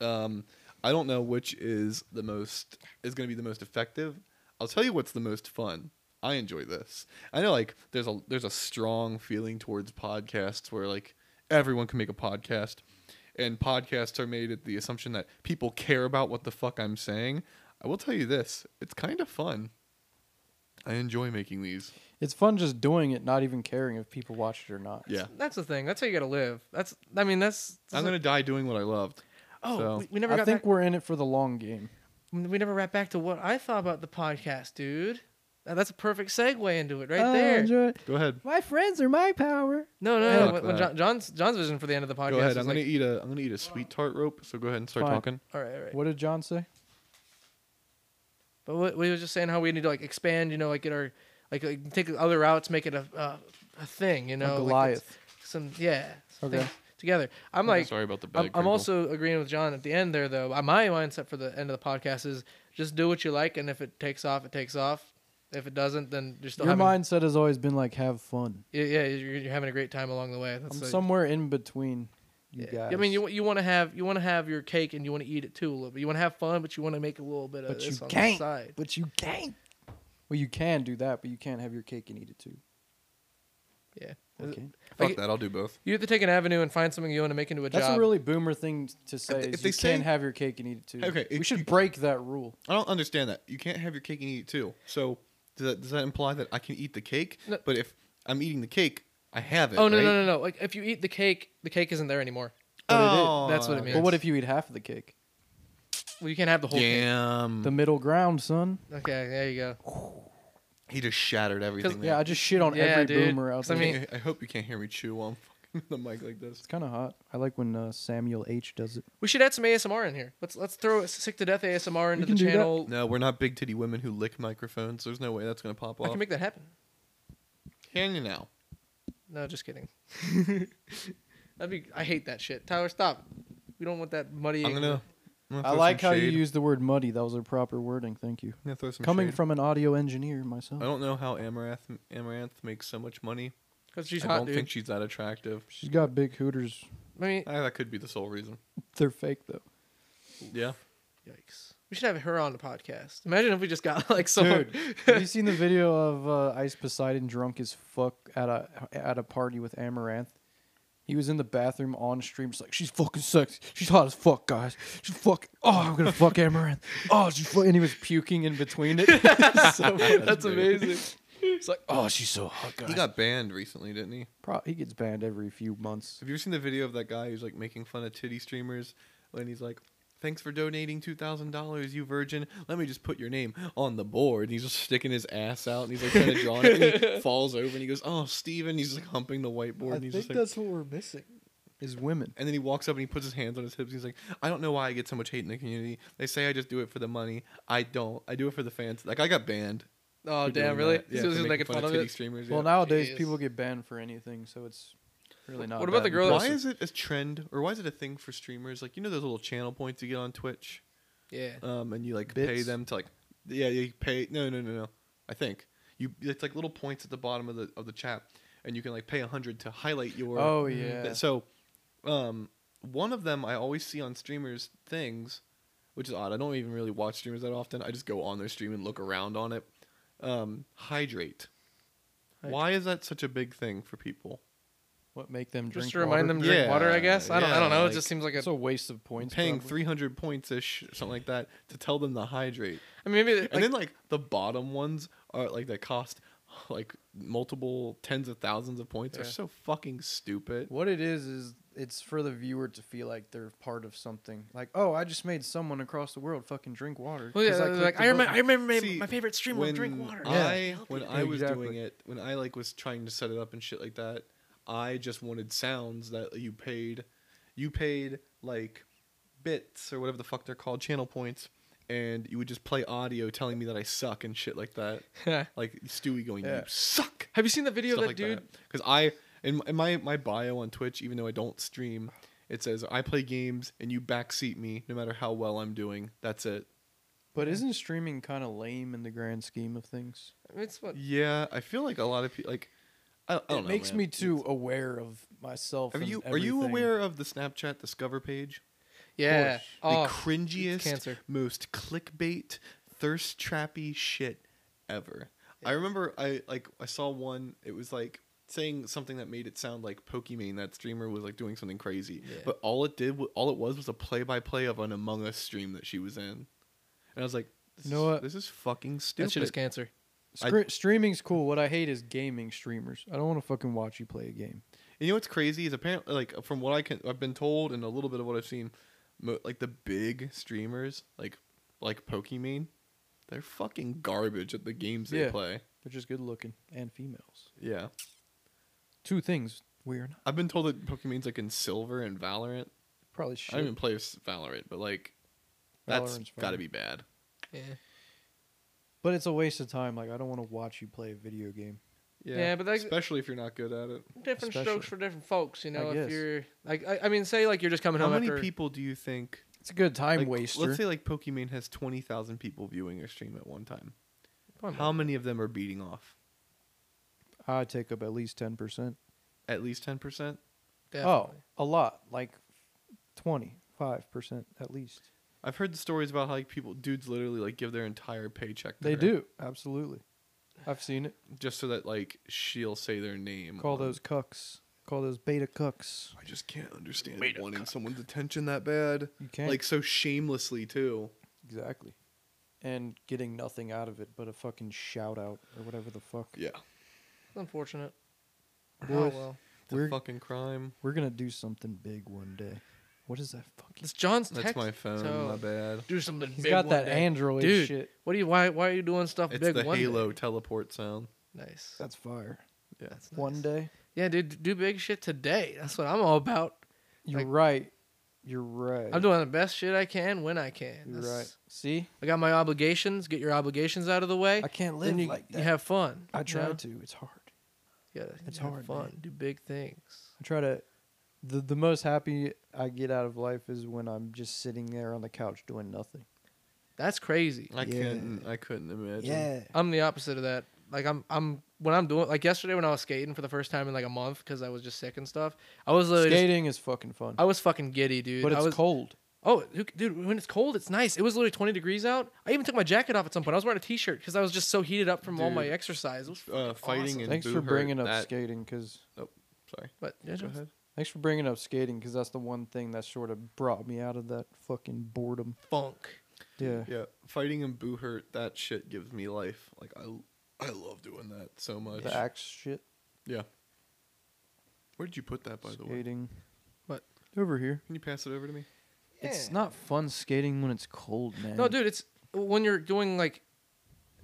Speaker 3: Um, I don't know which is the most is going to be the most effective. I'll tell you what's the most fun. I enjoy this. I know like there's a there's a strong feeling towards podcasts where like everyone can make a podcast and podcasts are made at the assumption that people care about what the fuck I'm saying. I will tell you this. It's kind of fun. I enjoy making these.
Speaker 1: It's fun just doing it, not even caring if people watch it or not.
Speaker 3: Yeah.
Speaker 2: That's the thing. That's how you gotta live. That's. I mean, that's.
Speaker 3: I'm going to die doing what I loved.
Speaker 2: Oh,
Speaker 3: so-
Speaker 2: we, we never
Speaker 1: I
Speaker 2: got
Speaker 1: think
Speaker 2: back.
Speaker 1: we're in it for the long game.
Speaker 2: We never wrap back to what I thought about the podcast, dude. Now, that's a perfect segue into it right
Speaker 1: I
Speaker 2: there.
Speaker 1: enjoy it.
Speaker 3: Go ahead.
Speaker 1: My friends are my power.
Speaker 2: No, no, no.
Speaker 3: Fuck
Speaker 2: When, when
Speaker 3: that.
Speaker 2: John, John's John's vision for the end of the podcast
Speaker 3: Go ahead. I'm
Speaker 2: was
Speaker 3: going
Speaker 2: like,
Speaker 3: to eat a I'm going to eat a sweet tart rope, so go ahead and start
Speaker 1: Fine.
Speaker 3: talking.
Speaker 2: all right, all right.
Speaker 1: What did John say?
Speaker 2: But what, we were just saying how we need to like expand, you know, like get our like, like take other routes, make it a uh, a thing, you know,
Speaker 1: a
Speaker 2: like,
Speaker 1: Goliath.
Speaker 2: it's some yeah, some
Speaker 1: Okay.
Speaker 2: things together. I'm like,
Speaker 3: sorry about the bag.
Speaker 2: I'm, I'm
Speaker 3: crinkle.
Speaker 2: also agreeing with John at the end there though. Uh, My mindset for the end of the podcast is just do what you like, and if it takes off, it takes off. If it doesn't, then you're still
Speaker 1: Your
Speaker 2: having
Speaker 1: mindset has always been like, have fun.
Speaker 2: yeah, yeah, you're, you're having a great time along the way. That's
Speaker 1: I'm
Speaker 2: like-
Speaker 1: somewhere in between you
Speaker 2: yeah.
Speaker 1: guys.
Speaker 2: I mean, you you want to have you want to have your cake and you want to eat it too a little bit. You want to have fun, but you want to make a little bit of
Speaker 1: but you
Speaker 2: this on
Speaker 1: can't.
Speaker 2: the side.
Speaker 1: But you can't. Well, you can do that, but you can't have your cake and eat it too.
Speaker 2: Yeah,
Speaker 1: Okay.
Speaker 3: Fuck
Speaker 2: Like-
Speaker 3: that. I'll do both.
Speaker 2: you have to take an avenue and find something you want to make into a
Speaker 1: That's
Speaker 2: job.
Speaker 1: a really boomer thing to say.
Speaker 3: If-
Speaker 1: is
Speaker 3: if they
Speaker 1: you can't
Speaker 3: say-
Speaker 1: have your cake and eat it too.
Speaker 3: Okay,
Speaker 1: we
Speaker 3: if
Speaker 1: should
Speaker 3: you-
Speaker 1: break that rule.
Speaker 3: I don't understand that. You can't have your cake and eat it too. So does that, does that imply that I can eat the cake?
Speaker 2: No.
Speaker 3: But if I'm eating the cake, I have it.
Speaker 2: Oh no
Speaker 3: right?
Speaker 2: no no no! Like if you eat the cake, the cake isn't there anymore.
Speaker 1: But it is-
Speaker 3: Oh,
Speaker 2: that's what it means.
Speaker 1: But what if you eat half of the cake?
Speaker 2: Well, you can't have the whole
Speaker 3: Damn.
Speaker 1: The middle ground, son.
Speaker 2: cake. Okay, there you go.
Speaker 3: He just shattered everything.
Speaker 1: Yeah, I
Speaker 3: there.
Speaker 1: just shit on
Speaker 2: Yeah,
Speaker 1: every
Speaker 2: dude.
Speaker 1: boomer out
Speaker 2: 'Cause I
Speaker 1: there.
Speaker 2: mean-
Speaker 3: I hope you can't hear me chew on fucking the mic like this.
Speaker 1: it's kind of hot. I like when uh, Samuel H does it.
Speaker 2: We should add some ASMR in here. Let's let's throw sick to death ASMR into
Speaker 1: can
Speaker 2: the
Speaker 1: do that.
Speaker 2: channel.
Speaker 3: No, we're not big titty women who lick microphones. There's no way that's gonna pop
Speaker 2: I
Speaker 3: off.
Speaker 2: can make that happen.
Speaker 3: Can you now?
Speaker 2: No, just kidding. That'd be. I hate that shit. Tyler, stop. We don't want that muddy.
Speaker 3: I'm gonna. I'm gonna
Speaker 1: I
Speaker 3: throw
Speaker 1: like
Speaker 3: some
Speaker 1: how you
Speaker 3: shade.
Speaker 1: use the word muddy. That was a proper wording. Thank you.
Speaker 3: I'm gonna throw some
Speaker 1: Coming
Speaker 3: shade. Oh.
Speaker 1: from an audio engineer myself.
Speaker 3: I don't know how Amaranth Amaranth makes so much money.
Speaker 2: because she's
Speaker 3: I
Speaker 2: hot,
Speaker 3: don't
Speaker 2: dude.
Speaker 3: think she's that attractive.
Speaker 1: She's got big hooters.
Speaker 2: I mean,
Speaker 3: Ah, that could be the sole reason.
Speaker 1: They're fake though.
Speaker 3: Yeah.
Speaker 2: yikes. We should have her on the podcast. Imagine if we just got like someone.
Speaker 1: Dude, have you seen the video of uh, Ice Poseidon drunk as fuck at a at a party with Amaranth? He was in the bathroom on stream. Just like she's fucking sexy. She's hot as fuck, guys. She's fuck. Oh, I'm gonna fuck Amaranth. Oh, she's fu-" and he was puking in between it. so,
Speaker 2: That's,
Speaker 3: great.
Speaker 2: amazing.
Speaker 1: it's like oh, she's so hot, guys.
Speaker 3: He got banned recently, didn't he?
Speaker 1: Pro- he gets banned every few months.
Speaker 3: Have you ever seen the video of that guy who's like making fun of titty streamers when he's like, "Thanks for donating two thousand dollars, you virgin. Let me just put your name on the board." And he's just sticking his ass out and he's like kind of drawing it. And he falls over and he goes, "Oh, Steven. He's like humping the whiteboard. and he's just like,
Speaker 1: what we're missing. Is women.
Speaker 3: And then he walks up and he puts his hands on his hips. He's like, I don't know why I get so much hate in the community. They say I just do it for the money. I don't. I do it for the fans. Like I got banned.
Speaker 2: Oh
Speaker 3: for
Speaker 2: damn!
Speaker 3: doing
Speaker 2: Really?
Speaker 3: that. Yeah,
Speaker 2: so
Speaker 3: for
Speaker 2: this is
Speaker 3: making
Speaker 2: making fun of
Speaker 3: titty
Speaker 2: it.
Speaker 3: streamers.
Speaker 1: Well,
Speaker 3: yeah.
Speaker 1: nowadays
Speaker 2: Jeez.
Speaker 1: people get banned for anything, so it's really not.
Speaker 2: What about
Speaker 1: that
Speaker 2: the girl that
Speaker 3: why
Speaker 1: impressive.
Speaker 3: is it a trend or why is it a thing for streamers? Like you know those little channel points you get on Twitch,
Speaker 2: Yeah.
Speaker 3: um, and you like pay
Speaker 1: Bits?
Speaker 3: them to like, yeah, you pay. No, no, no, no. I think you. It's like little points at the bottom of the of the chat, and you can like pay a hundred to highlight your.
Speaker 1: Oh yeah.
Speaker 3: Th- So, um, one of them I always see on streamers things, which is odd. I don't even really watch streamers that often. I just go on their stream and look around on it. Um, hydrate. Why is that such a big thing for people?
Speaker 1: What make them drink?
Speaker 2: Just to remind
Speaker 1: water?
Speaker 2: them to drink
Speaker 3: Yeah,
Speaker 2: water, I guess. I don't. I
Speaker 3: yeah,
Speaker 2: don't know.
Speaker 3: like-
Speaker 2: it just seems like a.
Speaker 1: It's a waste of points.
Speaker 3: Paying
Speaker 1: probably.
Speaker 3: 300 points ish, something like that, to tell them to hydrate.
Speaker 2: I mean, maybe.
Speaker 3: and
Speaker 2: like,
Speaker 3: then, like, the bottom ones are like that cost like multiple tens of thousands of points are
Speaker 2: Yeah.
Speaker 3: so fucking stupid.
Speaker 1: What it is is it's for the viewer to feel like they're part of something. Like, oh, I just made someone across the world fucking drink water.
Speaker 2: well, yeah,
Speaker 1: 'cause I
Speaker 2: like,
Speaker 1: clicked the
Speaker 2: I remember. I
Speaker 1: button."
Speaker 2: remember my,
Speaker 3: See,
Speaker 2: my favorite streamer would drink water.
Speaker 3: I when
Speaker 1: you.
Speaker 3: I was
Speaker 1: Exactly.
Speaker 3: doing it, when I like was trying to set it up and shit like that, I just wanted sounds that you paid, you paid like bits or whatever the fuck they're called, channel points, and you would just play audio telling me that I suck and shit like that, like Stewie going,
Speaker 1: Yeah.
Speaker 3: "You suck."
Speaker 2: Have you seen the video of that
Speaker 3: stuff
Speaker 2: dude?
Speaker 3: like that. Because I in, in my my bio on Twitch, even though I don't stream, it says I play games and you backseat me no matter how well I'm doing. That's it.
Speaker 1: But isn't streaming kind of lame in the grand scheme of things?
Speaker 2: It's what
Speaker 3: Yeah, I feel like a lot of people like. I, I don't
Speaker 1: it
Speaker 3: know,
Speaker 1: makes
Speaker 3: man.
Speaker 1: me too aware of myself.
Speaker 3: Are
Speaker 1: and
Speaker 3: you are you
Speaker 1: everything.
Speaker 3: aware of the Snapchat Discover page?
Speaker 2: Yeah.
Speaker 3: the
Speaker 2: Oh,
Speaker 3: cringiest,
Speaker 2: cancer.
Speaker 3: most clickbait, thirst trappy shit ever. I remember I like I saw one. It was like saying something that made it sound like Pokimane. That streamer was like doing something crazy,
Speaker 2: Yeah.
Speaker 3: but all it did, wa- all it was, was a play by play of an Among Us stream that she was in, and I was like, this,
Speaker 1: You know
Speaker 3: is,
Speaker 1: what?
Speaker 3: this is fucking stupid.
Speaker 2: that shit is cancer.
Speaker 3: I-
Speaker 1: Scre- streaming's cool. What I hate is gaming streamers. I don't want to fucking watch you play a game.
Speaker 3: And you know what's crazy is apparently like from what I can I've been told and a little bit of what I've seen, mo- like the big streamers like like Pokimane, they're fucking garbage at the games they
Speaker 1: Yeah.
Speaker 3: play.
Speaker 1: They're just good looking and females.
Speaker 3: Yeah,
Speaker 1: Two things we are not.
Speaker 3: I've been told that Pokimane's like in silver and Valorant.
Speaker 1: Probably
Speaker 3: I
Speaker 1: shit.
Speaker 3: don't even play s- Valorant, but like that's
Speaker 1: Valorant's
Speaker 3: got to
Speaker 1: fine.
Speaker 3: be bad.
Speaker 2: Yeah.
Speaker 1: But it's a waste of time. Like I don't want to watch you play a video game.
Speaker 3: Yeah,
Speaker 2: Yeah, but, like-
Speaker 3: especially if you're not good at it.
Speaker 2: Different
Speaker 1: Especially-
Speaker 2: strokes for different folks, you know. if
Speaker 1: guess.
Speaker 2: you're like, I, I mean, say like you're just coming
Speaker 3: How
Speaker 2: home
Speaker 3: many
Speaker 2: after.
Speaker 3: people do you think?
Speaker 1: It's a good time
Speaker 3: like,
Speaker 1: waster.
Speaker 3: Let's say like Pokimane has twenty thousand people viewing your stream at one time.
Speaker 2: Come on,
Speaker 3: How many of them are beating off?
Speaker 1: I take up at least ten percent.
Speaker 3: At least ten percent.
Speaker 1: Oh,
Speaker 2: definitely.
Speaker 1: a lot, like twenty five percent at least.
Speaker 3: I've heard the stories about how like people dudes literally like give their entire paycheck. To
Speaker 1: They
Speaker 3: her
Speaker 1: do absolutely. I've seen it.
Speaker 3: just so that like she'll say their name.
Speaker 1: Call
Speaker 3: on-
Speaker 1: those cucks. Call those beta cucks.
Speaker 3: I just can't understand wanting someone's attention that bad,
Speaker 1: You can't
Speaker 3: like so shamelessly too.
Speaker 1: exactly. And getting nothing out of it but a fucking shout out or whatever the fuck.
Speaker 3: Yeah,
Speaker 2: It's unfortunate. Oh
Speaker 1: Boys,
Speaker 2: well.
Speaker 3: the
Speaker 1: We're-
Speaker 3: fucking crime.
Speaker 1: We're gonna do something big one day. What is that fucking?
Speaker 2: It's John's
Speaker 3: That's
Speaker 2: text.
Speaker 3: my phone.
Speaker 2: so-
Speaker 3: My bad.
Speaker 2: Do something
Speaker 1: He's
Speaker 2: big
Speaker 1: got
Speaker 2: one
Speaker 1: that
Speaker 2: day.
Speaker 1: Android
Speaker 2: Dude,
Speaker 1: shit.
Speaker 2: What do you? Why? Why are you doing stuff
Speaker 3: It's
Speaker 2: big
Speaker 3: the
Speaker 2: one day?
Speaker 3: Halo teleport sound.
Speaker 2: Nice.
Speaker 1: That's fire.
Speaker 3: Yeah.
Speaker 2: That's nice.
Speaker 1: One day.
Speaker 2: Yeah, dude, do big shit today. That's what I'm all about.
Speaker 1: You're
Speaker 2: Like-
Speaker 1: right. You're right.
Speaker 2: I'm doing the best shit I can when I can.
Speaker 1: You're
Speaker 2: That's-
Speaker 1: right. See,
Speaker 2: I got my obligations. Get your obligations out of the way.
Speaker 1: I can't live
Speaker 2: then you,
Speaker 1: like that.
Speaker 2: you have fun.
Speaker 1: I
Speaker 2: you
Speaker 1: try
Speaker 2: know?
Speaker 1: to. It's hard.
Speaker 2: You gotta
Speaker 1: It's
Speaker 2: have
Speaker 1: hard,
Speaker 2: fun.
Speaker 1: man.
Speaker 2: Do big things.
Speaker 1: I try to. The the most happy I get out of life is when I'm just sitting there on the couch doing nothing.
Speaker 2: That's crazy.
Speaker 3: I
Speaker 1: Yeah.
Speaker 3: couldn't. I couldn't imagine.
Speaker 2: I'm the opposite of that. Like I'm I'm when I'm doing like yesterday when I was skating for the first time in like a month because I was just sick and stuff. I was literally just-
Speaker 1: Skating is fucking fun,
Speaker 2: I was fucking giddy, dude.
Speaker 1: but
Speaker 2: I
Speaker 1: it's
Speaker 2: was,
Speaker 1: cold.
Speaker 2: Oh, who, dude, when it's cold, it's nice. It was literally 20 degrees out. I even took my jacket off at some point. I was wearing a t-shirt because I was just so heated up from all my
Speaker 3: Dude,
Speaker 2: exercise. It was fucking
Speaker 3: Uh, fighting
Speaker 2: awesome.
Speaker 3: and
Speaker 1: Thanks for
Speaker 3: Boohurt,
Speaker 1: bringing up
Speaker 3: that-
Speaker 1: skating, because
Speaker 3: Sorry.
Speaker 2: But yeah,
Speaker 3: Go
Speaker 2: just-
Speaker 3: ahead.
Speaker 1: thanks for bringing up skating, because that's the one thing that sort of brought me out of that fucking boredom.
Speaker 2: funk.
Speaker 1: Yeah.
Speaker 3: Yeah, fighting and boo hurt. That shit gives me life. Like I, I love doing that so much.
Speaker 1: The axe shit.
Speaker 3: Yeah. Where did you put that, by the way?
Speaker 1: Skating.
Speaker 2: What?
Speaker 1: Over here.
Speaker 3: Can you pass it over to me?
Speaker 1: It's
Speaker 2: Yeah.
Speaker 1: not fun skating when it's cold, man.
Speaker 2: No, dude, it's when you're doing like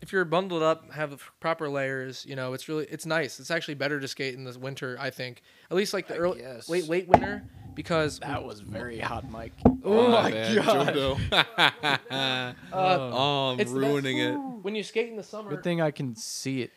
Speaker 2: if you're bundled up, have the f- proper layers, you know, it's really it's nice. It's actually better to skate in this winter, I think. At least like the
Speaker 1: I
Speaker 2: early
Speaker 1: guess.
Speaker 2: late late winter because
Speaker 1: was very hot, Mike.
Speaker 2: Oh my
Speaker 3: bad,
Speaker 1: God.
Speaker 3: Jodo.
Speaker 2: uh,
Speaker 3: oh, I'm
Speaker 2: It's that-
Speaker 3: ruining
Speaker 2: when you skate in the summer,
Speaker 1: Good thing I can see it,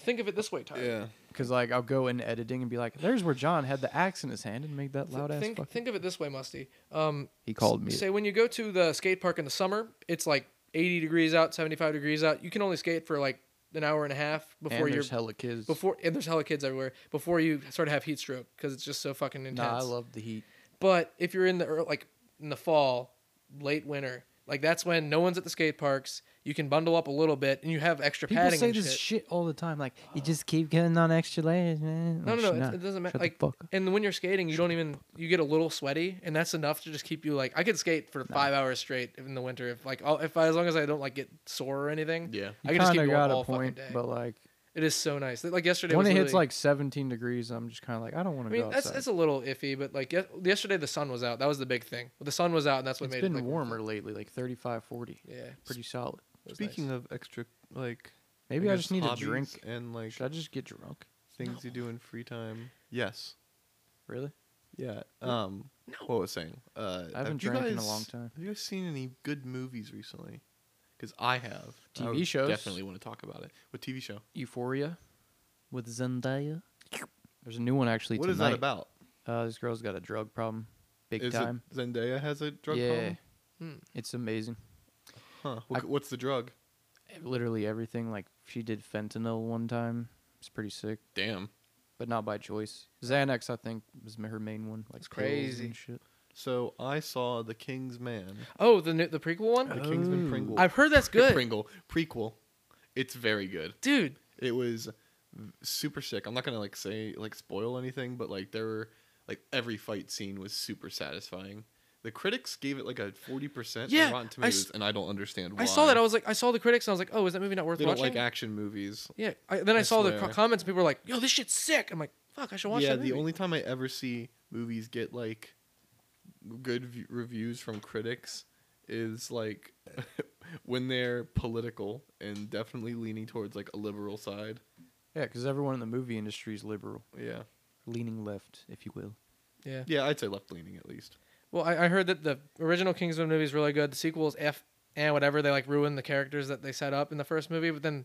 Speaker 2: think of it this way, Tyler.
Speaker 3: it. Yeah.
Speaker 1: because like I'll go in editing and be like, "There's where John had the axe in his hand and made that
Speaker 2: Th-
Speaker 1: loud ass
Speaker 2: think,
Speaker 1: fucking."
Speaker 2: think of it this way, Musty. Um,
Speaker 1: He called me.
Speaker 2: Say when you go to the skate park in the summer, it's like 80 degrees out, 75 degrees out. You can only skate for like an hour and a half before
Speaker 1: and
Speaker 2: you're
Speaker 1: there's hella kids.
Speaker 2: before and there's hella kids everywhere before you start to have heat stroke because it's just so fucking intense.
Speaker 1: nah, I love the heat.
Speaker 2: But if you're in the ear like in the fall, late winter, like that's when no one's at the skate parks. You can bundle up a little bit and you have extra
Speaker 1: People
Speaker 2: padding
Speaker 1: say
Speaker 2: and
Speaker 1: this
Speaker 2: shit.
Speaker 1: shit all the time. Like you just keep getting on extra layers, man.
Speaker 2: No,
Speaker 1: Like,
Speaker 2: no,
Speaker 1: shut
Speaker 2: no.
Speaker 1: up.
Speaker 2: It, it doesn't matter.
Speaker 1: Shut
Speaker 2: Like,
Speaker 1: the fuck up.
Speaker 2: and when you're skating, you don't even you get a little sweaty, and that's enough to just keep you like. I could skate for five hours straight in the winter if like all, if I, as long as I don't like get sore or anything.
Speaker 3: Yeah.
Speaker 2: I can just keep
Speaker 1: kind of
Speaker 2: going
Speaker 1: got
Speaker 2: all
Speaker 1: a
Speaker 2: fucking
Speaker 1: point,
Speaker 2: day.
Speaker 1: but like
Speaker 2: it is so nice. Like yesterday,
Speaker 1: when
Speaker 2: was
Speaker 1: it hits
Speaker 2: literally-
Speaker 1: like 17 degrees, I'm just kind of like, I don't want
Speaker 2: I
Speaker 1: to
Speaker 2: mean,
Speaker 1: go
Speaker 2: that's
Speaker 1: outside.
Speaker 2: that's a little iffy, but like yes- yesterday the sun was out. That was the big thing. The sun was out, and that's what
Speaker 1: it's
Speaker 2: made
Speaker 1: been
Speaker 2: it like,
Speaker 1: warmer lately, like 35, 40.
Speaker 2: Yeah.
Speaker 1: Pretty solid.
Speaker 3: Speaking of extra, like
Speaker 1: Maybe I,
Speaker 3: guess
Speaker 1: just need a
Speaker 3: hobbies
Speaker 1: drink.
Speaker 3: and like
Speaker 1: Should I just get drunk?
Speaker 3: things you do in free time. Yes.
Speaker 1: Really?
Speaker 3: Yeah. Um. What was I saying? Uh,
Speaker 1: I haven't
Speaker 3: have you
Speaker 1: drank
Speaker 3: guys,
Speaker 1: in a long time.
Speaker 3: Have you guys seen any good movies recently? Because I have. I
Speaker 1: TV
Speaker 3: would
Speaker 1: shows.
Speaker 3: Definitely want to talk about it. What TV show?
Speaker 1: Euphoria with Zendaya. There's a new one actually
Speaker 3: What
Speaker 1: tonight.
Speaker 3: is that about?
Speaker 1: Uh, this girl's got a drug problem, big
Speaker 3: Is it
Speaker 1: time.
Speaker 3: Zendaya has a drug
Speaker 1: yeah,
Speaker 3: problem.
Speaker 2: Hmm.
Speaker 1: it's amazing.
Speaker 3: Huh. What,
Speaker 1: I-
Speaker 3: what's the drug?
Speaker 1: Literally everything. Like she did fentanyl one time. It's pretty sick,
Speaker 3: Damn.
Speaker 1: but not by choice. Xanax, I think, was her main one. Like
Speaker 2: It's
Speaker 1: pills
Speaker 2: crazy.
Speaker 1: and shit.
Speaker 3: So I saw The King's Man.
Speaker 2: oh the new, the prequel one,
Speaker 3: The Kingsman
Speaker 1: Oh.
Speaker 3: Pringle.
Speaker 2: I've heard that's good,
Speaker 3: Pringle prequel. It's very good.
Speaker 2: dude.
Speaker 3: It was v- super sick. I'm not gonna like say like spoil anything, but like there were like every fight scene was super satisfying. The critics gave it like a 40%
Speaker 2: Yeah,
Speaker 3: on
Speaker 2: I
Speaker 3: Rotten
Speaker 2: s-
Speaker 3: Tomatoes, and I don't understand why.
Speaker 2: I saw that. I was like, I saw the critics, and I was like, oh, is that movie not worth
Speaker 3: they don't
Speaker 2: watching?
Speaker 3: like action movies.
Speaker 2: Yeah. I, then I,
Speaker 3: I
Speaker 2: saw the co-
Speaker 3: swear.
Speaker 2: comments. People were like, "Yo, this shit's sick." I'm like, "Fuck, I should watch
Speaker 3: yeah,
Speaker 2: that." Movie.
Speaker 3: the only time I ever see movies get like good v- reviews from critics is like when they're political and definitely leaning towards like a liberal side.
Speaker 1: Yeah, because everyone in the movie industry is liberal,
Speaker 3: Yeah.
Speaker 1: leaning left, if you will.
Speaker 2: Yeah.
Speaker 3: Yeah, I'd say left leaning at least.
Speaker 2: Well, I, I heard that the original Kingsman movie is really good. The sequel is f and whatever. They like ruined the characters that they set up in the first movie, but then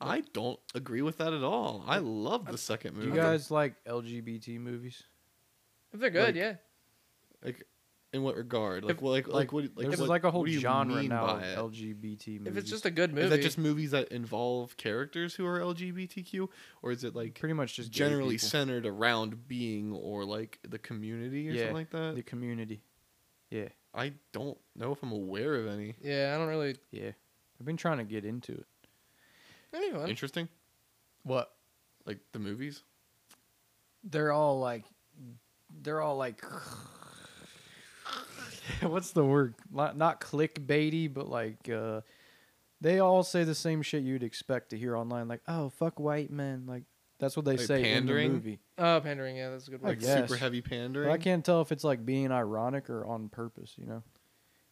Speaker 3: I don't agree with that at all. I love the second
Speaker 1: Do
Speaker 3: movie.
Speaker 1: you guys like LGBT movies?
Speaker 2: if they're good,
Speaker 3: Like,
Speaker 2: yeah.
Speaker 3: like in what regard? Like
Speaker 2: If-
Speaker 3: well, like like
Speaker 1: like,
Speaker 3: what? Like,
Speaker 1: There's
Speaker 3: what-
Speaker 1: like a whole
Speaker 3: what do you
Speaker 1: genre
Speaker 3: mean
Speaker 1: now
Speaker 3: by it?
Speaker 1: of LGBT movies.
Speaker 2: If it's just a good movie,
Speaker 3: Is that just movies that involve characters who are LGBTQ, or is it like
Speaker 1: pretty much just gay
Speaker 3: generally
Speaker 1: people.
Speaker 3: centered around being or like the community or
Speaker 1: Yeah.
Speaker 3: something like that?
Speaker 1: the community. Yeah,
Speaker 3: I don't know if I'm aware of any.
Speaker 2: yeah. I don't really.
Speaker 1: yeah. I've been trying to get into it.
Speaker 2: that'd be fun.
Speaker 3: Interesting,
Speaker 1: What?
Speaker 3: like the movies.
Speaker 1: They're all like, they're all like. What's the word? Not, not clickbaity, but like, uh, they all say the same shit you'd expect to hear online. Like, oh fuck white men. Like, That's what they
Speaker 3: Like
Speaker 1: say in
Speaker 3: pandering?
Speaker 1: the movie.
Speaker 2: Oh, pandering. Yeah, that's a good
Speaker 1: I
Speaker 2: word.
Speaker 3: Like
Speaker 1: guess.
Speaker 3: super heavy pandering.
Speaker 1: But I can't tell if it's like being ironic or on purpose. You know.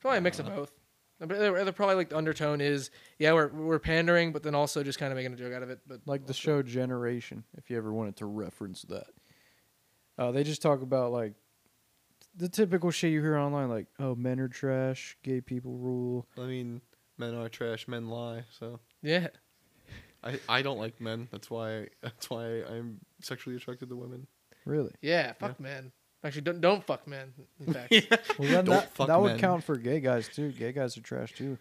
Speaker 2: Probably a mix of both. But they're, they're probably like the undertone is yeah we're we're pandering, but then also just kind of making a joke out of it. But
Speaker 1: like the show Generation, if you ever wanted to reference that. Uh, they just talk about like the typical shit you hear online, like oh men are trash, gay people rule.
Speaker 3: I mean, men are trash. Men lie. So
Speaker 2: yeah,
Speaker 3: I, I don't like men. That's why that's why I'm sexually attracted to women.
Speaker 1: Really?
Speaker 2: yeah, fuck men. Actually, don't don't fuck men. In fact,
Speaker 1: Well, then
Speaker 3: Don't
Speaker 1: that,
Speaker 3: fuck
Speaker 1: that would
Speaker 3: men.
Speaker 1: count for gay guys too. Gay guys are trash too.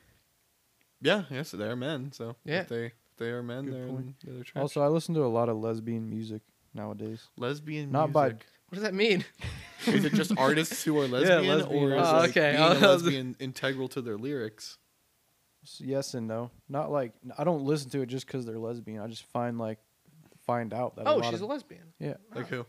Speaker 3: Yeah, yes, they are men. So
Speaker 2: Yeah.
Speaker 3: if they if they are men.
Speaker 1: Good
Speaker 3: They're, in,
Speaker 1: point.
Speaker 3: they're trash.
Speaker 1: Also, I listen to a lot of lesbian music nowadays.
Speaker 3: lesbian.
Speaker 1: Not by-
Speaker 3: music.
Speaker 2: what does that mean?
Speaker 3: Is it just artists who are lesbian,
Speaker 1: lesbian
Speaker 3: or is
Speaker 1: artists.
Speaker 3: it,
Speaker 2: Oh, okay.
Speaker 3: like being a
Speaker 2: I was-
Speaker 3: lesbian integral to their lyrics?
Speaker 1: S- Yes and no. Not like I don't listen to it just because they're lesbian. I just find like find out that a
Speaker 2: Oh,
Speaker 1: lot
Speaker 2: she's
Speaker 1: of
Speaker 2: a lesbian.
Speaker 1: yeah.
Speaker 3: Like who?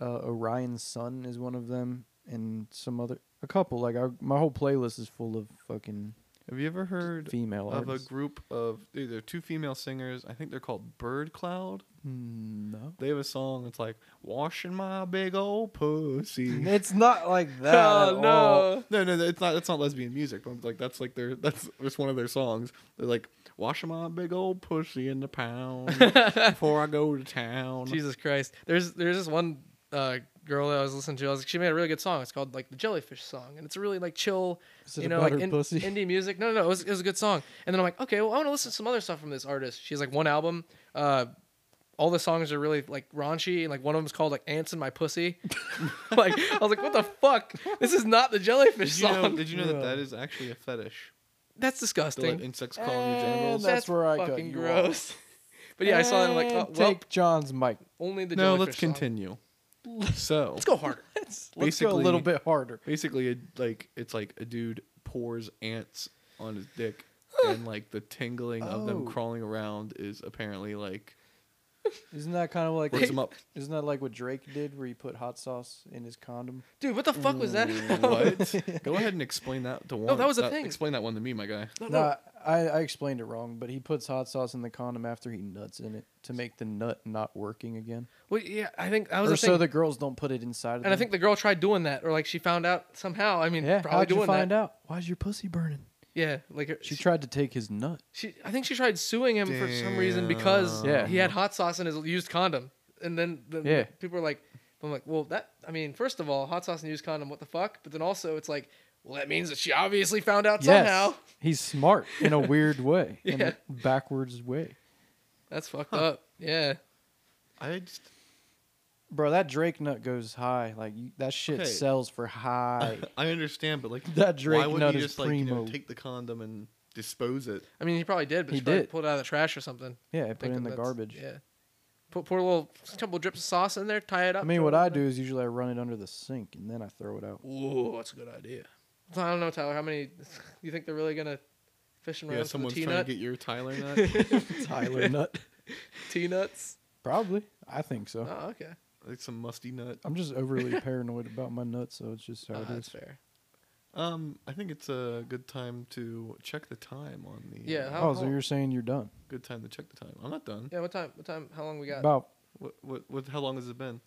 Speaker 1: uh, Orion's Son is one of them, and some other a couple. Like I, my whole playlist is full of fucking
Speaker 3: Have you ever heard
Speaker 1: female
Speaker 3: of a
Speaker 1: artists.
Speaker 3: group of dude, they're two female singers? I think they're called Bird Cloud.
Speaker 1: Mm, no,
Speaker 3: They have a song that's like "Washing My Big Old Pussy."
Speaker 1: it's not like that.
Speaker 2: Oh
Speaker 1: at all.
Speaker 2: no!
Speaker 3: No, no, no, it's not. That's not lesbian music. But like that's like their that's just one of their songs. They're like "Washing My Big Old Pussy in the Pound before I go to town."
Speaker 2: Jesus Christ. There's there's this one uh, girl that I was listening to. I was like, she made a really good song. It's called like the Jellyfish song, and it's a really like chill,
Speaker 1: Is it
Speaker 2: you know,
Speaker 1: about
Speaker 2: like
Speaker 1: her
Speaker 2: in-
Speaker 1: pussy?
Speaker 2: indie music. No, no, no. It was, it was a good song. And then I'm like, okay, well, I want to listen to some other stuff from this artist. She has like one album. Uh, all the songs are really like raunchy, and like one of them is called like "Ants in My Pussy." like I was like, what the fuck? This is not the Jellyfish
Speaker 3: Did you know?
Speaker 2: song.
Speaker 3: Did you know that
Speaker 1: Yeah.
Speaker 3: that is actually a fetish?
Speaker 2: That's
Speaker 3: To let
Speaker 2: disgusting.
Speaker 3: insects crawl in your genitals.
Speaker 1: That's where I cut
Speaker 2: fucking
Speaker 1: you off.
Speaker 2: gross. but yeah, I saw that. and I'm like,
Speaker 1: And
Speaker 2: oh, well,
Speaker 1: take John's mic.
Speaker 2: only the
Speaker 3: no,
Speaker 2: Jellyfish
Speaker 3: let's
Speaker 2: song.
Speaker 3: continue. So
Speaker 2: Let's go harder.
Speaker 1: Let's go a
Speaker 3: Basically-
Speaker 1: little bit harder.
Speaker 3: basically it, like it's like a dude pours ants on his dick and like the tingling of them
Speaker 1: Oh.
Speaker 3: crawling around is apparently like
Speaker 1: Isn't that kind of like?
Speaker 3: works him up
Speaker 1: Isn't that like what Drake did, where he put hot sauce in his condom?
Speaker 2: Dude, what the fuck was that? about?
Speaker 3: Mm, what go ahead and explain that to one
Speaker 2: Oh. that was a
Speaker 3: uh,
Speaker 2: thing.
Speaker 3: explain that one to me my guy
Speaker 2: No,
Speaker 1: No,
Speaker 2: no.
Speaker 1: I, I explained it wrong, but he puts hot sauce in the condom after he nuts in it to make the nut not working again.
Speaker 2: Well, yeah, I think that was
Speaker 1: Or
Speaker 2: the
Speaker 1: so
Speaker 2: thing.
Speaker 1: the girls don't put it inside of
Speaker 2: and I think the girl tried doing that, or like she found out somehow. I mean,
Speaker 1: yeah,
Speaker 2: probably
Speaker 1: how'd
Speaker 2: doing
Speaker 1: you find
Speaker 2: that.
Speaker 1: out? Why's your pussy burning?
Speaker 2: Yeah, like
Speaker 1: She
Speaker 2: she,
Speaker 1: tried to take his nut.
Speaker 2: she, I think she tried suing him for some reason because
Speaker 1: Damn.
Speaker 2: he had hot sauce in his used condom, and then the,
Speaker 1: Yeah.
Speaker 2: people are like, I'm like, well, that I mean, first of all, hot sauce and used condom, what the fuck? But then also, it's like, well, that means that she obviously found out somehow.
Speaker 1: he's smart in a weird way, in
Speaker 2: Yeah.
Speaker 1: a backwards way.
Speaker 2: That's fucked up. Yeah,
Speaker 3: i just
Speaker 1: Bro, that Drake nut goes high. Like you, that shit
Speaker 3: Okay.
Speaker 1: sells for high.
Speaker 3: i understand but like
Speaker 1: That Drake
Speaker 3: why wouldn't
Speaker 1: nut
Speaker 3: you
Speaker 1: is
Speaker 3: just like you know,
Speaker 1: primo.
Speaker 3: take the condom and dispose it
Speaker 2: I mean, he probably did, but
Speaker 1: He
Speaker 2: she probably
Speaker 1: did.
Speaker 2: pulled it out of the trash or something.
Speaker 1: yeah, I put it
Speaker 2: Thinking
Speaker 1: in the
Speaker 2: that's-
Speaker 1: garbage.
Speaker 2: Yeah, put pour a little couple drips of sauce in there, tie it up.
Speaker 1: I mean,
Speaker 2: throw
Speaker 1: what
Speaker 2: it
Speaker 1: I
Speaker 2: in there.
Speaker 1: do is usually I run it under the sink and then I throw it out.
Speaker 2: Whoa, that's a good idea. I don't know, Tyler. How many you think they're really gonna fish around
Speaker 3: yeah
Speaker 2: for the
Speaker 3: someone's
Speaker 2: tea
Speaker 3: trying
Speaker 2: nut?
Speaker 3: to get your tyler nut
Speaker 1: Tyler nut.
Speaker 2: Tea nuts?
Speaker 1: Probably. I think so.
Speaker 2: Oh, okay.
Speaker 3: like some musty nut
Speaker 1: I'm just overly paranoid about my nuts, so it's just how
Speaker 2: Oh,
Speaker 1: it
Speaker 2: that's
Speaker 1: is.
Speaker 2: fair.
Speaker 3: um i think it's a good time to check the time on the uh,
Speaker 2: Yeah, how-
Speaker 1: Oh, so you're saying you're done?
Speaker 3: good time to check the time i'm not done
Speaker 2: Yeah. What time? What time? How long we got?
Speaker 1: About
Speaker 3: what, what what how long has it been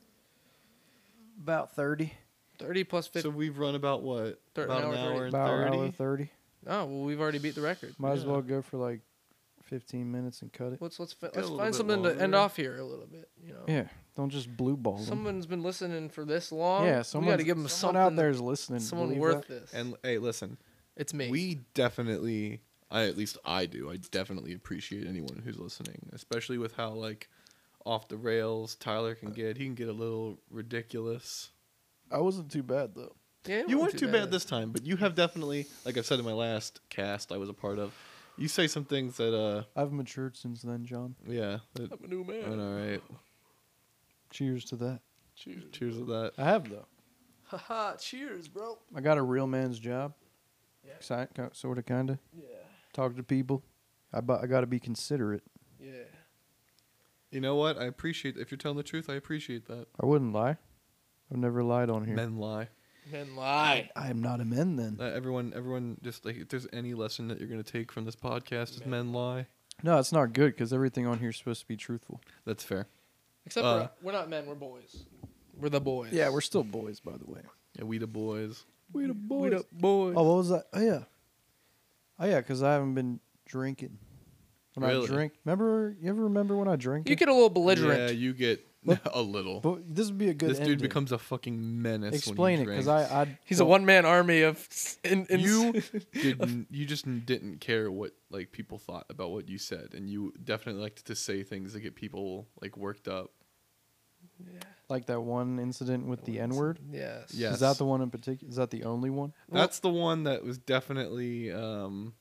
Speaker 1: about thirty.
Speaker 2: Thirty plus oh, fifty.
Speaker 3: So we've run about what?
Speaker 2: Thir- an
Speaker 3: about an
Speaker 2: hour
Speaker 3: hour, and
Speaker 1: About an hour
Speaker 3: thirty.
Speaker 1: thirty.
Speaker 2: oh well, we've already beat the record.
Speaker 1: Might as
Speaker 3: Yeah.
Speaker 1: well go for like fifteen minutes and cut it.
Speaker 2: Let's let's fi-
Speaker 3: Go a
Speaker 2: let's
Speaker 3: little
Speaker 2: find
Speaker 3: bit
Speaker 2: something to end
Speaker 3: longer.
Speaker 2: off here a little bit. You know.
Speaker 1: Yeah, don't just blue ball them.
Speaker 2: Someone's been listening for this long.
Speaker 1: yeah,
Speaker 2: we got
Speaker 1: someone
Speaker 2: to give them something.
Speaker 1: someone out there is listening.
Speaker 2: Someone
Speaker 1: believe
Speaker 2: worth
Speaker 1: that.
Speaker 2: this.
Speaker 3: And hey, listen,
Speaker 2: it's me.
Speaker 3: we definitely, I at least I do, I definitely appreciate anyone who's listening, especially with how like off the rails Tyler
Speaker 2: Uh,
Speaker 3: can get. He can get a little ridiculous.
Speaker 1: I wasn't too bad though.
Speaker 2: yeah, it
Speaker 3: You
Speaker 2: wasn't
Speaker 3: weren't too bad this time, but you have definitely, like I've said in my last cast I was a part of, you say some things that, uh,
Speaker 1: I've matured since then, John.
Speaker 3: yeah, that
Speaker 2: I'm a new man.
Speaker 3: went all right.
Speaker 1: Cheers to that.
Speaker 2: Cheers.
Speaker 3: Cheers to that.
Speaker 1: I have though.
Speaker 2: Haha, cheers, bro.
Speaker 1: I got a real man's job.
Speaker 2: Yeah.
Speaker 1: Sort of, kinda.
Speaker 2: Yeah.
Speaker 1: Talk to people. I bu- I got to be considerate.
Speaker 2: Yeah.
Speaker 3: You know what? I appreciate if you're telling the truth. I appreciate that.
Speaker 1: I wouldn't lie. I've never lied on here.
Speaker 3: Men lie.
Speaker 2: Men lie.
Speaker 1: I am not a man then.
Speaker 3: Uh, everyone, everyone, just like if there's any lesson that you're gonna take from this podcast, is men lie.
Speaker 1: No, it's not good because everything on here is supposed to be truthful.
Speaker 3: That's fair.
Speaker 2: Except
Speaker 3: Uh,
Speaker 2: for, we're not men, we're boys. We're the boys.
Speaker 1: Yeah, we're still boys, by the way.
Speaker 3: Yeah, we the boys.
Speaker 1: We the
Speaker 2: We the boys.
Speaker 1: Oh, what was that? Oh yeah, oh yeah, because I haven't been drinking. When
Speaker 3: Really?
Speaker 1: I drink, remember? You ever remember when I drink?
Speaker 2: you get a little belligerent.
Speaker 3: Yeah, you get
Speaker 1: What?
Speaker 3: a little.
Speaker 1: But this would be a good.
Speaker 3: this dude
Speaker 1: ending.
Speaker 3: becomes a fucking menace.
Speaker 1: Explain it,
Speaker 3: because
Speaker 1: because I, I.
Speaker 2: He's a
Speaker 1: don't-
Speaker 2: one man army of. In, in
Speaker 3: you didn't. You just didn't care what like people thought about what you said, and you definitely liked to say things that get people like worked up.
Speaker 1: like that one incident with the N word.
Speaker 2: Yes.
Speaker 3: Yeah.
Speaker 1: Is that
Speaker 3: Yes.
Speaker 1: the one in particular? Is that the only one?
Speaker 2: Well-
Speaker 3: That's the one that was definitely um,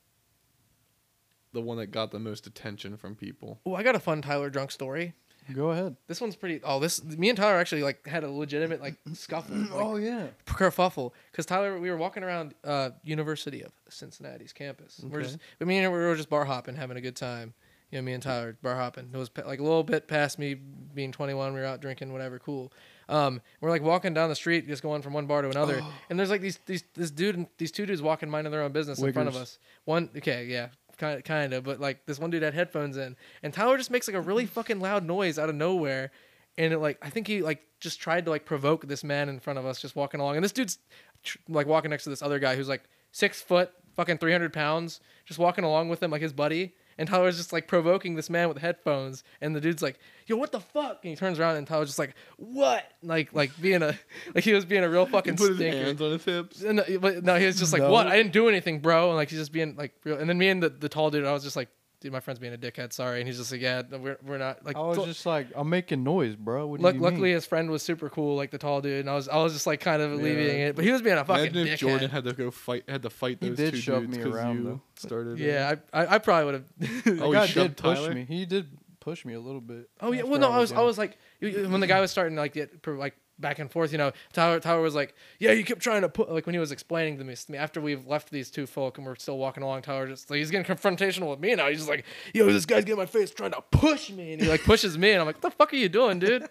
Speaker 3: the one that got the most attention from people.
Speaker 2: Oh, I got a fun Tyler drunk story.
Speaker 1: Go ahead.
Speaker 2: This one's pretty. Oh, this. Me and Tyler actually like had a legitimate like scuffle. Like,
Speaker 1: Oh, yeah.
Speaker 2: kerfuffle because Tyler, we were walking around uh, University of Cincinnati's campus. We're just, I mean, we were just bar hopping, having a good time. You know, me and Tyler bar hopping. It was pa- like a little bit past me being 21. We were out drinking, whatever, cool. Um, we're like walking down the street, just going from one bar to another, and there's like these these this dude and these two dudes walking, minding their own business in front of
Speaker 1: Wiggers.
Speaker 2: us. One, okay, yeah. Kind of, kind of, but like this one dude had headphones in, and Tyler just makes like a really fucking loud noise out of nowhere, and it like I think he like just tried to like provoke this man in front of us just walking along, and this dude's tr- like walking next to this other guy who's like six foot, fucking three hundred pounds, just walking along with him like his buddy, and Tyler's just like provoking this man with headphones, and the dude's like, "Yo, what the fuck?" And he turns around and Tyler's just like, "What?" Like like being a like he was being a real
Speaker 3: He
Speaker 2: fucking
Speaker 3: put his
Speaker 2: stinker.
Speaker 3: hands on his hips.
Speaker 2: And the- but no, he was just like,
Speaker 1: No.
Speaker 2: "What? I didn't do anything, bro." And like he's just being like real. And then me and the, the tall dude, I was just like, "Dude, my friend's being a dickhead. Sorry." And he's just like, "Yeah, no, we're, we're not like."
Speaker 1: I was
Speaker 2: so-
Speaker 1: just like, I'm making noise, bro. What do
Speaker 2: luck-
Speaker 1: you mean?
Speaker 2: luckily, his friend was super cool, like the tall dude, and I was I was just like kind of alleviating it, but he was being a fucking
Speaker 3: Imagine if
Speaker 2: dickhead.
Speaker 3: Jordan had to go fight, had to fight
Speaker 1: He
Speaker 3: those
Speaker 1: did
Speaker 3: two
Speaker 1: shove
Speaker 3: dudes
Speaker 1: me
Speaker 3: because
Speaker 1: around,
Speaker 3: you
Speaker 1: though.
Speaker 3: started. it.
Speaker 2: yeah, I, I I probably would have.
Speaker 1: The
Speaker 3: Oh, he
Speaker 1: guy did
Speaker 3: shoved
Speaker 1: push
Speaker 3: Tyler?
Speaker 1: me. He did push me a little bit.
Speaker 2: Oh yeah,
Speaker 1: That's
Speaker 2: well
Speaker 1: what
Speaker 2: no, I was
Speaker 1: doing.
Speaker 2: I was like you- you- when the guy was starting to like get per- like back and forth, you know, Tyler Tyler was like, yeah, you kept trying to put like when he was explaining to me to me, after we've left these two folk and we're still walking along, Tyler just like he's getting confrontational with me now. He's just like, yo, this guy's getting in my face trying to push me, and he like pushes me, and I'm like, what the fuck are you doing, dude?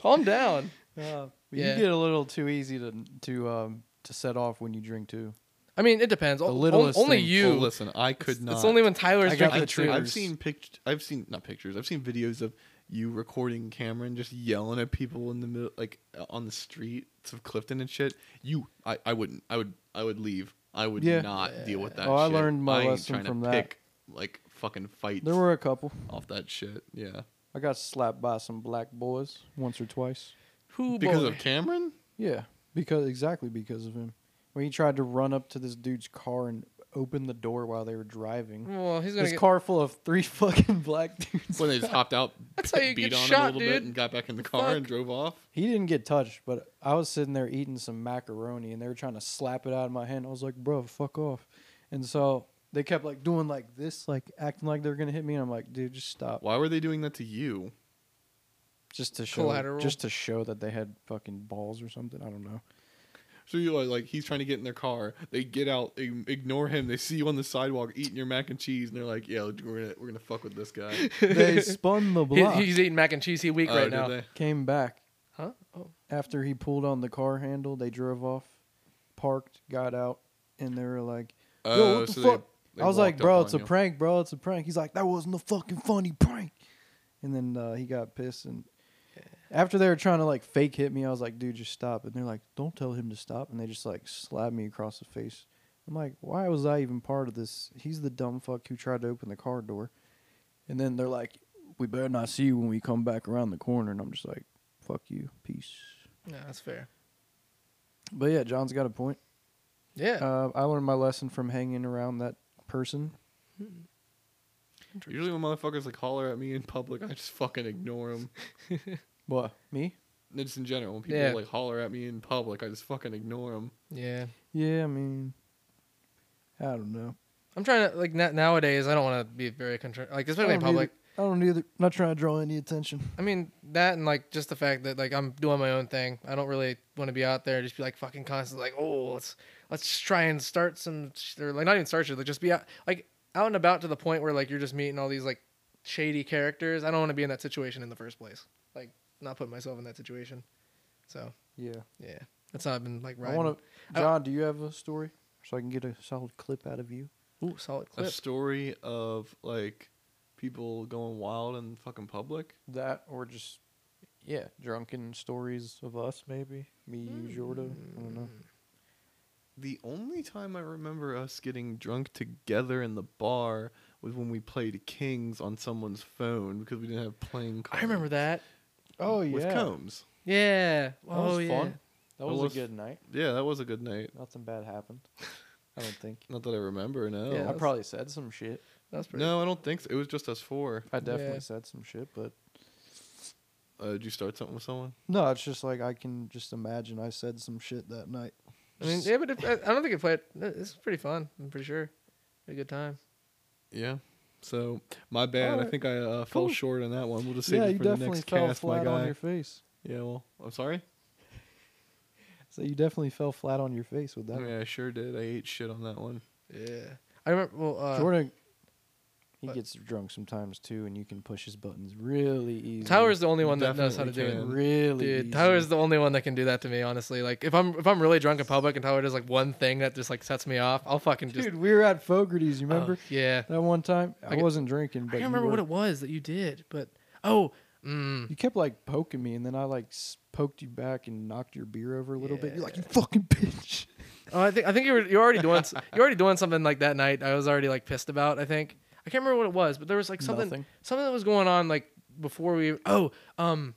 Speaker 2: Calm down.
Speaker 1: But
Speaker 2: yeah.
Speaker 1: You get a little too easy to to um to set off when you drink too.
Speaker 2: I mean, it depends. O-
Speaker 1: littlest
Speaker 2: only
Speaker 1: thing.
Speaker 2: you.
Speaker 3: Oh, listen, I could not.
Speaker 2: it's only when Tyler's
Speaker 1: I got
Speaker 2: drinking.
Speaker 1: the
Speaker 3: I've seen, I've
Speaker 1: triggers.
Speaker 3: seen pictures. I've seen not pictures. I've seen videos of you recording Cameron just yelling at people in the middle, like uh, on the streets of Clifton and shit. You, I, I wouldn't. I would. I would leave. I would
Speaker 1: Yeah.
Speaker 3: not deal with that.
Speaker 1: Oh, I
Speaker 3: shit.
Speaker 1: learned my
Speaker 3: I ain't
Speaker 1: lesson
Speaker 3: trying
Speaker 1: from
Speaker 3: to
Speaker 1: that.
Speaker 3: Pick, like fucking fights
Speaker 1: There were a couple.
Speaker 3: off that shit. Yeah,
Speaker 1: I got slapped by some black boys once or twice.
Speaker 2: Who
Speaker 3: because
Speaker 2: boy?
Speaker 3: of Cameron.
Speaker 1: Yeah, because exactly because of him. When he tried to run up to this dude's car and open the door while they were driving.
Speaker 2: Well, he's gonna
Speaker 1: This
Speaker 2: get.
Speaker 1: car full of three fucking black dudes.
Speaker 3: When they just hopped out,
Speaker 2: That's how you
Speaker 3: beat
Speaker 2: get
Speaker 3: on him a
Speaker 2: shot,
Speaker 3: little bit,
Speaker 2: dude.
Speaker 3: and got back in the car
Speaker 2: Fuck.
Speaker 3: and drove off.
Speaker 1: He didn't get touched, but I was sitting there eating some macaroni and they were trying to slap it out of my hand. I was like, bro, fuck off. And so they kept like doing like this, like acting like they were gonna hit me, and I'm like, dude, just stop.
Speaker 3: Why were they doing that to you?
Speaker 1: Just to show
Speaker 2: Collateral.
Speaker 1: just to show that they had fucking balls or something. I don't know.
Speaker 3: So you like, like he's trying to get in their car. They get out, they ignore him. They see you on the sidewalk eating your mac and cheese, and they're like, "Yeah, we're gonna we're gonna fuck with this guy."
Speaker 1: They spun the block.
Speaker 2: He, he's eating mac and cheese. He weak
Speaker 3: Oh,
Speaker 2: right
Speaker 3: did
Speaker 2: now.
Speaker 3: they?
Speaker 1: Came back.
Speaker 2: Huh? Oh.
Speaker 1: after he pulled on the car handle, they drove off, parked, got out, and they were like, "Yo,
Speaker 3: Oh,
Speaker 1: what the
Speaker 3: so they-
Speaker 1: fuck?"
Speaker 3: they
Speaker 1: I was like,
Speaker 3: walked
Speaker 1: "Bro,
Speaker 3: up
Speaker 1: it's a
Speaker 3: on you."
Speaker 1: prank, bro. It's a prank." He's like, "That wasn't a fucking funny prank." And then uh, he got pissed, and after they were trying to like fake hit me, I was like, "Dude, just stop!" And they're like, "Don't tell him to stop," and they just like slapped me across the face. I'm like, "Why was I even part of this?" He's the dumb fuck who tried to open the car door, and then they're like, "We better not see you when we come back around the corner," and I'm just like, "Fuck you, peace."
Speaker 2: No, that's fair.
Speaker 1: But yeah, John's got a point.
Speaker 2: Yeah.
Speaker 1: Uh, I learned my lesson from hanging around that person.
Speaker 3: Usually when motherfuckers like holler at me in public, I just fucking ignore them.
Speaker 1: What? Me?
Speaker 3: Just in general, when people
Speaker 2: Yeah.
Speaker 3: like holler at me in public, I just fucking ignore them.
Speaker 2: yeah.
Speaker 1: Yeah, I mean, I don't know.
Speaker 2: I'm trying to like na- nowadays. I don't want to be very contr like
Speaker 1: I
Speaker 2: especially in
Speaker 1: don't
Speaker 2: public.
Speaker 1: Either, I don't either. Not trying to draw any attention.
Speaker 2: I mean that and like just the fact that like I'm doing my own thing. I don't really want to be out there just be like fucking constantly like oh let's let's just try and start some sh- or like not even start shit like just be out like out and about to the point where like you're just meeting all these like shady characters. I don't want to be in that situation in the first place. Like not putting myself in that situation. So
Speaker 1: Yeah.
Speaker 2: yeah, that's how I've been like
Speaker 1: I
Speaker 2: riding.
Speaker 1: want to.
Speaker 2: I-
Speaker 1: John, do you have a story so I can get a solid clip out of you?
Speaker 2: Ooh, solid
Speaker 3: A
Speaker 2: clip.
Speaker 3: story of like people going wild in fucking public.
Speaker 1: That or just yeah, drunken stories of us, maybe me, you, Jordan. I don't know.
Speaker 3: The only time I remember us getting drunk together in the bar was when we played Kings on someone's phone because we didn't have playing cards.
Speaker 2: I remember that.
Speaker 1: Oh yeah,
Speaker 3: With Combs.
Speaker 2: Yeah.
Speaker 1: that
Speaker 2: oh
Speaker 1: was
Speaker 2: yeah.
Speaker 1: fun. That
Speaker 3: That
Speaker 1: was,
Speaker 3: was-
Speaker 1: a good night.
Speaker 3: Yeah, that was a good night.
Speaker 1: Nothing bad happened. I don't think.
Speaker 3: Not that I remember, no.
Speaker 2: Yeah,
Speaker 1: I
Speaker 2: that's-
Speaker 1: probably said some shit.
Speaker 2: That was pretty.
Speaker 3: no, I don't think so. It was just us four.
Speaker 1: I definitely
Speaker 2: Yeah.
Speaker 1: said some shit, but
Speaker 3: Uh, did you start something with someone?
Speaker 1: no, it's just like I can just imagine I said some shit that night.
Speaker 2: I mean, yeah, but if, I I don't think it played. It's pretty fun. I'm pretty sure. Had a good time.
Speaker 3: Yeah. So my bad. I
Speaker 1: Alright.
Speaker 3: think I uh, fell
Speaker 1: Cool.
Speaker 3: short on that one. We'll just save
Speaker 1: yeah,
Speaker 3: it
Speaker 1: you
Speaker 3: for the
Speaker 1: definitely
Speaker 3: next
Speaker 1: fell
Speaker 3: cast, my
Speaker 1: flat
Speaker 3: guy.
Speaker 1: on your face.
Speaker 3: Yeah. Well, I'm sorry.
Speaker 1: So you definitely fell flat on your face with that. one.
Speaker 3: Yeah, I sure did. I ate shit on that one.
Speaker 2: Yeah. I remember. Well, uh,
Speaker 1: Jordan, uh, he
Speaker 2: but-
Speaker 1: gets drunk sometimes too, and you can push his buttons really easy.
Speaker 2: Tyler's the only one that knows how to do
Speaker 3: Definitely
Speaker 2: it.
Speaker 3: can.
Speaker 1: really
Speaker 2: Dude,
Speaker 1: easy.
Speaker 2: Tyler's the only one that can do that to me. Honestly, like if I'm if I'm really drunk in public and Tyler does like one thing that just like sets me off, I'll fucking just.
Speaker 1: dude. We were at Fogarty's, you
Speaker 2: oh,
Speaker 1: remember
Speaker 2: yeah.
Speaker 1: that one time? I,
Speaker 2: I get-
Speaker 1: wasn't drinking,
Speaker 2: I
Speaker 1: but
Speaker 2: can't
Speaker 1: you
Speaker 2: remember what
Speaker 1: were.
Speaker 2: it was that you did, but oh, mm,
Speaker 1: You kept like poking me, and then I like s- poked you back and knocked your beer over a little bit. You're like, you
Speaker 2: Yeah.
Speaker 1: fucking bitch.
Speaker 2: oh, I think I think you were you were already doing s- you were already doing something like that night. I was already like pissed about. I think I can't remember what it was, but there was like something
Speaker 1: Nothing.
Speaker 2: something that was going on like before we. Oh, um,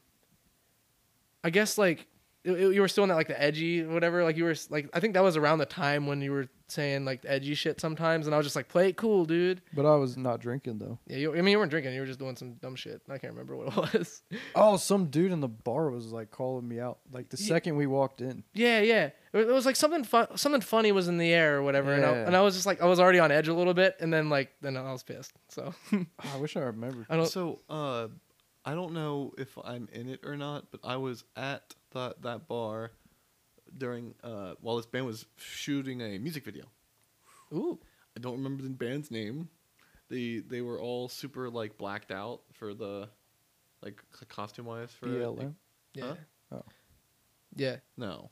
Speaker 2: I guess like it- it- you were still in that like the edgy whatever. Like you were s- like I think that was around the time when you were saying like edgy shit sometimes, and I was just like, play it cool, dude.
Speaker 1: But I was not drinking though.
Speaker 2: Yeah, you, I mean, you weren't drinking. You were just doing some dumb shit. I can't remember what it was.
Speaker 1: Oh, some dude in the bar was like calling me out. Like the
Speaker 2: Ye-
Speaker 1: second we walked in,
Speaker 2: yeah, yeah. It was, it was like something fun. Something funny was in the air or whatever. And, I,
Speaker 1: Yeah.
Speaker 2: and I was just like, I was already on edge a little bit, and then like, then I was pissed. So
Speaker 1: I wish I remembered.
Speaker 2: I don't.
Speaker 3: So, uh, I don't know if I'm in it or not, but I was at that that bar during uh, while this band was shooting a music video.
Speaker 2: Ooh.
Speaker 3: I don't remember the band's name. They they were all super like blacked out for the like costume wise for it.
Speaker 1: BLM.
Speaker 2: Yeah.
Speaker 3: Huh?
Speaker 1: Oh.
Speaker 2: Yeah.
Speaker 3: No,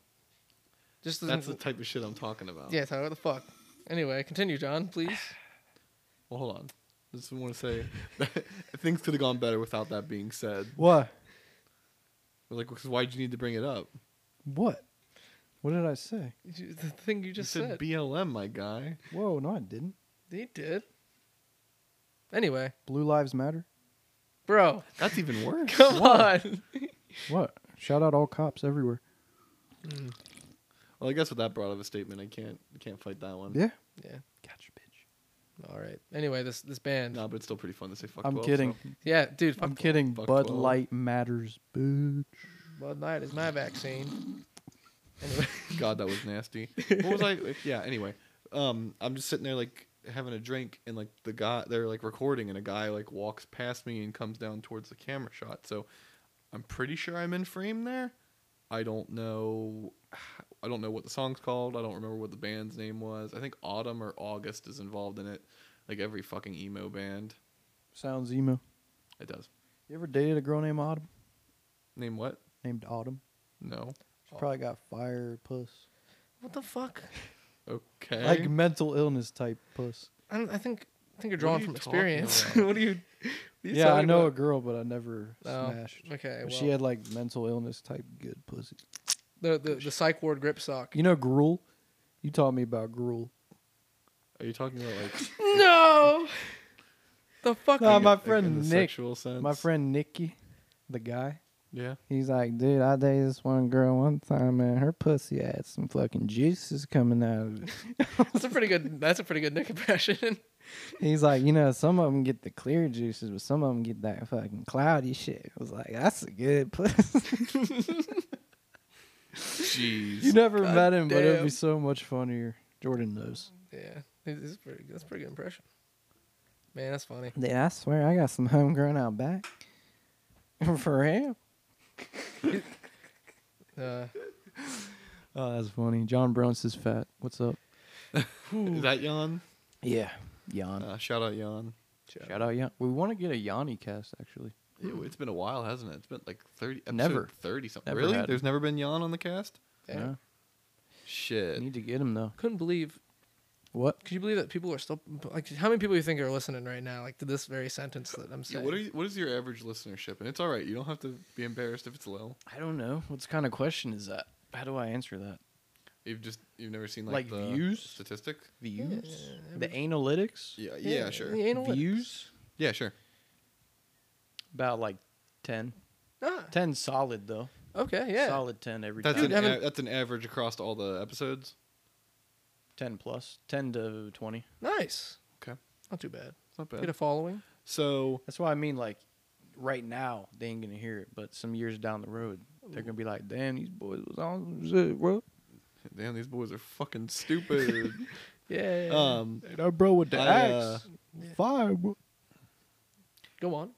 Speaker 2: Just
Speaker 3: that's the type of shit I'm talking
Speaker 1: Oh.
Speaker 3: about.
Speaker 2: yeah. Tyler, what the fuck. Anyway, continue, John, please.
Speaker 3: Well, hold on. I just want to say that things could have gone better without that being said.
Speaker 1: What?
Speaker 3: Like, 'cause why'd you need to bring it up?
Speaker 1: What? What did I say?
Speaker 2: You- the thing you
Speaker 3: You
Speaker 2: just
Speaker 3: said,
Speaker 2: said.
Speaker 3: BLM, my guy.
Speaker 1: Whoa, no, I didn't.
Speaker 2: he did. Anyway,
Speaker 1: Blue Lives Matter.
Speaker 2: bro,
Speaker 3: That's even worse.
Speaker 2: come on.
Speaker 1: What? Shout out all cops everywhere.
Speaker 3: Well, I guess with that broad of a statement, I can't can't fight that one.
Speaker 1: Yeah.
Speaker 2: yeah.
Speaker 1: Um, Gotcha, bitch.
Speaker 2: All right. Anyway, this this band.
Speaker 3: No, but it's still pretty fun to say fuck.
Speaker 1: I'm
Speaker 3: 12,
Speaker 1: kidding.
Speaker 3: so-
Speaker 2: Yeah, dude. Fuck
Speaker 1: I'm kidding.
Speaker 3: Fuck
Speaker 1: Bud
Speaker 3: 12.
Speaker 1: Light matters, bitch.
Speaker 2: Bud Light is my vaccine. Anyway,
Speaker 3: God, that was nasty. what was I? like, yeah. Anyway, um, I'm just sitting there like having a drink, and like the guy, they're like recording, and a guy like walks past me and comes down towards the camera shot. So, I'm pretty sure I'm in frame there. I don't know. I don't know what the song's called. I don't remember what the band's name was. I think Autumn or August is involved in it. Like every fucking emo band,
Speaker 1: Sounds emo.
Speaker 3: it does.
Speaker 1: You ever dated a girl named Autumn?
Speaker 3: Name what?
Speaker 1: Named Autumn.
Speaker 3: No.
Speaker 1: She probably got fire puss.
Speaker 2: what the fuck?
Speaker 3: Okay.
Speaker 1: Like mental illness type puss.
Speaker 2: I, don't, I think I think you're
Speaker 3: are
Speaker 2: drawing
Speaker 3: you
Speaker 2: from
Speaker 3: talking
Speaker 2: experience.
Speaker 3: about?
Speaker 2: what do you? what are you
Speaker 1: Yeah, I
Speaker 2: talking
Speaker 1: know a
Speaker 2: about?
Speaker 1: girl, but I never
Speaker 2: Oh,
Speaker 1: smashed.
Speaker 2: okay,
Speaker 1: But
Speaker 2: well,
Speaker 1: she had like mental illness type good pussy.
Speaker 2: the, the the psych ward grip sock.
Speaker 1: You know gruel? You taught me about gruel.
Speaker 3: Are you talking about like?
Speaker 2: No. The fuck?
Speaker 1: Nah,
Speaker 2: are you-
Speaker 1: Uh,
Speaker 3: in
Speaker 1: my
Speaker 3: a- like,
Speaker 1: friend
Speaker 3: in the
Speaker 1: Nick-
Speaker 3: Sexual sense.
Speaker 1: My friend Nikki, the guy,
Speaker 3: Yeah.
Speaker 1: he's like, dude, I dated this one girl one time, and her pussy had some fucking juices coming out of it.
Speaker 2: that's a pretty good. That's a pretty good Nick impression.
Speaker 1: He's like, you know, some of them get the clear juices, but some of them get that fucking cloudy shit. I was like, that's a good pussy.
Speaker 3: Jeez.
Speaker 1: you never
Speaker 2: God
Speaker 1: met him, but it'd
Speaker 2: damn.
Speaker 1: be so much funnier. Jordan knows.
Speaker 2: yeah, this is pretty. That's a pretty good impression. Man, that's funny.
Speaker 1: Dude, I swear, I got some homegrown out back. For real?
Speaker 2: Uh,
Speaker 1: Oh, that's funny. John Brown says fat. What's up?
Speaker 3: Is that Jan?
Speaker 1: Yeah, Jan.
Speaker 3: Uh, shout out Jan.
Speaker 1: Shout out Jan. We want to get a Yanni cast actually.
Speaker 3: Ew, it's been a while, hasn't it? It's been like thirty. Episode
Speaker 1: Never.
Speaker 3: thirty something.
Speaker 1: Never
Speaker 3: really?
Speaker 1: had.
Speaker 3: There's never been Jan on the cast.
Speaker 2: yeah.
Speaker 1: Yeah.
Speaker 3: Shit.
Speaker 1: Need to get him though.
Speaker 2: Couldn't believe
Speaker 1: What?
Speaker 2: Could you believe that people are still like? How many people you think are listening right now? Like to this very sentence that I'm
Speaker 3: Yeah,
Speaker 2: saying.
Speaker 3: what are you, what is your average listenership? And it's all right. You don't have to be embarrassed if it's low.
Speaker 1: I don't know. What kind of question is that? How do I answer that?
Speaker 3: You've just you've never seen like,
Speaker 1: Like
Speaker 3: the
Speaker 1: views?
Speaker 3: statistic.
Speaker 1: Views?
Speaker 2: Yeah,
Speaker 1: the analytics?
Speaker 3: Yeah, yeah, sure.
Speaker 2: the analytics.
Speaker 1: Views?
Speaker 3: Yeah, sure.
Speaker 1: About like 10.
Speaker 2: Ah,
Speaker 1: 10 solid, though.
Speaker 2: okay, yeah.
Speaker 1: Solid 10 every
Speaker 3: That's
Speaker 1: time.
Speaker 3: an
Speaker 2: haven't-
Speaker 3: a, that's an average across all the episodes.
Speaker 1: 10 plus. 10 to 20.
Speaker 2: Nice.
Speaker 3: Okay.
Speaker 2: Not too bad.
Speaker 3: It's not
Speaker 2: Get a
Speaker 3: bad.
Speaker 2: following.
Speaker 3: So
Speaker 1: That's why I mean, like, right now, they ain't going to hear it. But some years down the road, they're going to be like, damn, these boys was on shit, bro.
Speaker 3: damn, these boys are fucking stupid.
Speaker 2: Yeah.
Speaker 3: um,
Speaker 1: that bro with
Speaker 3: the I, uh, axe.
Speaker 2: Yeah.
Speaker 1: Fire, bro.
Speaker 2: Go on.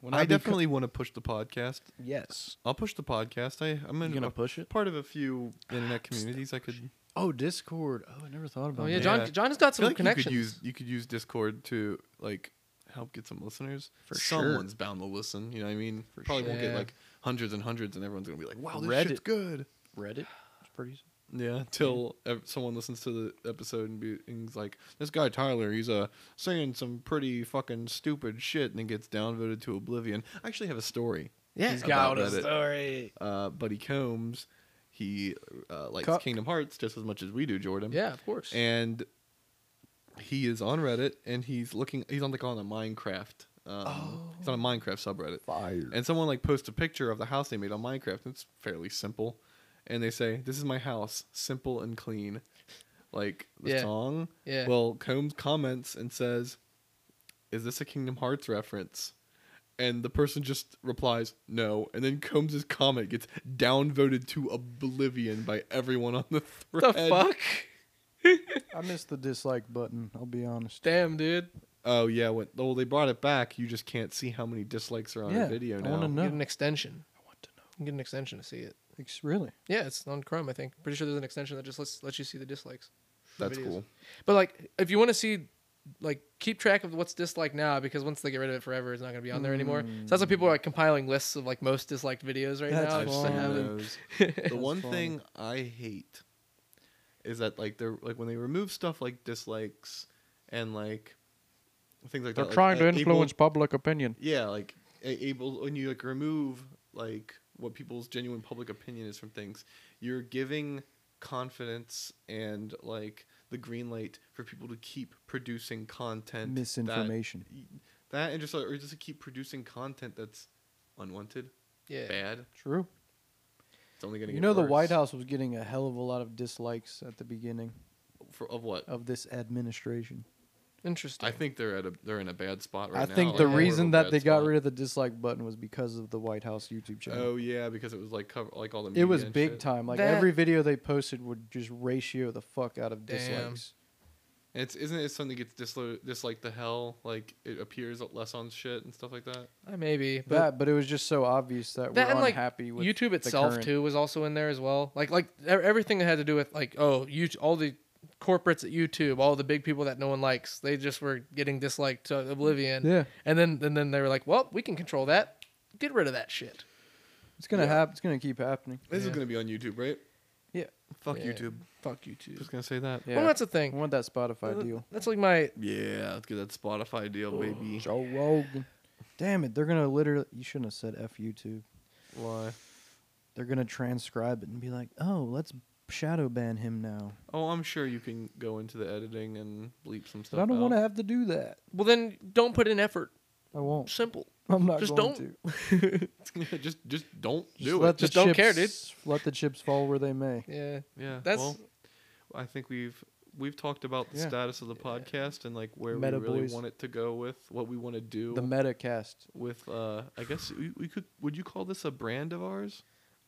Speaker 1: When
Speaker 3: I,
Speaker 1: beco-
Speaker 3: definitely want to push the podcast.
Speaker 1: Yes.
Speaker 3: I'll push the podcast. I I'm
Speaker 1: You
Speaker 3: in
Speaker 1: going to
Speaker 3: a,
Speaker 1: push it?
Speaker 3: part of a few internet communities. I could
Speaker 1: Oh, Discord. Oh, I never thought about
Speaker 2: Oh
Speaker 1: that.
Speaker 2: yeah, John.
Speaker 3: Yeah.
Speaker 2: John has got
Speaker 3: I
Speaker 2: some
Speaker 3: feel like you
Speaker 2: connections.
Speaker 3: could use you could use Discord to like help get some listeners.
Speaker 1: For
Speaker 3: Someone's bound to listen. You know what I mean? Probably won't
Speaker 2: sure.
Speaker 3: get
Speaker 2: Yeah.
Speaker 3: like hundreds and hundreds, and everyone's gonna be like, "Wow, this shit's
Speaker 1: Reddit.
Speaker 3: good."
Speaker 1: Reddit. It's pretty.
Speaker 3: Yeah, till ev- someone listens to the episode and, be, and he's like, "This guy Tyler, he's uh saying some pretty fucking stupid shit," and then gets downvoted to oblivion. I actually have a story.
Speaker 2: Yeah.
Speaker 1: He's
Speaker 3: got
Speaker 1: got
Speaker 3: About a
Speaker 1: a
Speaker 3: Reddit.
Speaker 1: story.
Speaker 3: Uh, Buddy Combs, he uh, likes
Speaker 1: Cuck.
Speaker 3: Kingdom Hearts just as much as we do, Jordan.
Speaker 2: Yeah, of course.
Speaker 3: and he is on Reddit and he's looking. He's on like on a Minecraft. Um, He's on a Minecraft subreddit.
Speaker 1: Fire.
Speaker 3: And someone like posts a picture of the house they made on Minecraft. It's fairly simple, and they say, "This is my house, simple and clean," like the
Speaker 2: Yeah.
Speaker 3: song.
Speaker 2: Yeah.
Speaker 3: Well, Combs comments and says, "Is this a Kingdom Hearts reference?" And the person just replies, "No." And then Combs' comment gets downvoted to oblivion by everyone on the
Speaker 2: the
Speaker 3: thread.
Speaker 2: fuck?
Speaker 1: I missed the dislike button. I'll be honest.
Speaker 2: Damn, dude.
Speaker 3: Oh yeah, when, well they brought it back. You just can't see how many dislikes are on
Speaker 1: Yeah,
Speaker 3: a video
Speaker 1: I
Speaker 3: now.
Speaker 1: wanna know.
Speaker 2: Get an extension.
Speaker 1: I want to know.
Speaker 2: You can Get an extension to see it.
Speaker 1: It's really.
Speaker 2: Yeah, it's on Chrome. I think. Pretty sure there's an extension that just lets lets you see the dislikes. for
Speaker 3: That's
Speaker 2: videos.
Speaker 3: cool.
Speaker 2: But like, if you want to see, like, keep track of what's disliked now because once they get rid of it forever, it's not going to be on there anymore. So that's why people are like, compiling lists of like most disliked videos right
Speaker 1: That's
Speaker 2: now.
Speaker 3: I've
Speaker 2: just to
Speaker 1: fun.
Speaker 3: seen
Speaker 2: have them.
Speaker 3: those. The one
Speaker 1: fun.
Speaker 3: thing I hate is that like they're like when they remove stuff like dislikes and like things like
Speaker 1: They're
Speaker 3: that. like,
Speaker 1: trying to
Speaker 3: uh, able-
Speaker 1: influence public opinion.
Speaker 3: yeah, like a- able when you like remove like what people's genuine public opinion is from things, you're giving confidence and like the green light for people to keep producing content that-
Speaker 1: Misinformation.
Speaker 3: that and just like, or just to keep producing content that's unwanted,
Speaker 2: Yeah.
Speaker 3: bad.
Speaker 1: True.
Speaker 3: It's only gonna
Speaker 1: You
Speaker 3: get
Speaker 1: know, the
Speaker 3: worse.
Speaker 1: White House was getting a hell of a lot of dislikes at the beginning
Speaker 3: for, of what?
Speaker 1: of this administration.
Speaker 2: Interesting.
Speaker 3: I think they're at a they're in a bad spot right
Speaker 1: I
Speaker 3: now.
Speaker 1: think
Speaker 3: like,
Speaker 1: the
Speaker 3: a
Speaker 2: yeah.
Speaker 1: reason
Speaker 3: horrible
Speaker 1: that
Speaker 3: bad
Speaker 1: they got
Speaker 3: spot.
Speaker 1: rid of the dislike button was because of the White House YouTube channel.
Speaker 3: Oh yeah, because it was like cover like all the media
Speaker 1: it was
Speaker 3: and
Speaker 1: big
Speaker 3: shit.
Speaker 1: time. Like
Speaker 2: That-
Speaker 1: every video they posted would just ratio the fuck out of
Speaker 2: Damn.
Speaker 1: dislikes.
Speaker 3: And it's isn't it something that gets dislo- disliked the hell? Like it appears less on shit and stuff like that.
Speaker 2: Uh, maybe. But
Speaker 1: that, but it was just so obvious that,
Speaker 2: That and,
Speaker 1: we're
Speaker 2: like,
Speaker 1: unhappy with
Speaker 2: YouTube
Speaker 1: the
Speaker 2: itself
Speaker 1: current-
Speaker 2: too was also in there as well. Like like e- everything that had to do with like oh you all the corporates at YouTube, all the big people that no one likes, they just were getting disliked to oblivion.
Speaker 1: Yeah.
Speaker 2: And then and then they were like, well, we can control that. Get rid of that shit.
Speaker 1: It's gonna
Speaker 3: Yeah.
Speaker 1: happen. It's gonna keep happening.
Speaker 3: This
Speaker 2: Yeah.
Speaker 3: is gonna be on YouTube, right?
Speaker 1: Yeah.
Speaker 3: Fuck
Speaker 2: Yeah.
Speaker 3: YouTube.
Speaker 2: Fuck YouTube.
Speaker 3: Just gonna say that.
Speaker 1: Yeah.
Speaker 2: Well, that's the
Speaker 1: I
Speaker 2: thing.
Speaker 1: want that
Speaker 2: Uh,
Speaker 1: Spotify deal.
Speaker 2: That's like my
Speaker 3: Yeah, let's get that Spotify deal, baby.
Speaker 1: Joe Rogan. Damn it, they're gonna literally. You shouldn't have said f YouTube.
Speaker 3: Why?
Speaker 1: They're gonna transcribe it and be like, oh, let's shadow ban him now.
Speaker 3: Oh, I'm sure you can go into the editing and bleep some stuff.
Speaker 1: But I don't want to
Speaker 3: out.
Speaker 1: have to do that.
Speaker 2: well then don't put in effort.
Speaker 1: I won't.
Speaker 2: Simple.
Speaker 1: I'm not
Speaker 2: Just
Speaker 1: going
Speaker 2: don't
Speaker 1: to.
Speaker 3: just just don't
Speaker 1: Just
Speaker 3: do
Speaker 1: let
Speaker 3: it.
Speaker 1: the
Speaker 2: Just don't care, dude.
Speaker 1: chips- Let the chips fall where they may.
Speaker 2: Yeah.
Speaker 3: Yeah.
Speaker 2: That's
Speaker 3: well, I think we've we've talked about the
Speaker 1: Yeah.
Speaker 3: status of the podcast and like where
Speaker 1: Meta
Speaker 3: we really
Speaker 1: boys.
Speaker 3: want it to go with what we want to do
Speaker 1: The MetaCast.
Speaker 3: with uh I guess we, we could would you call this a brand of ours?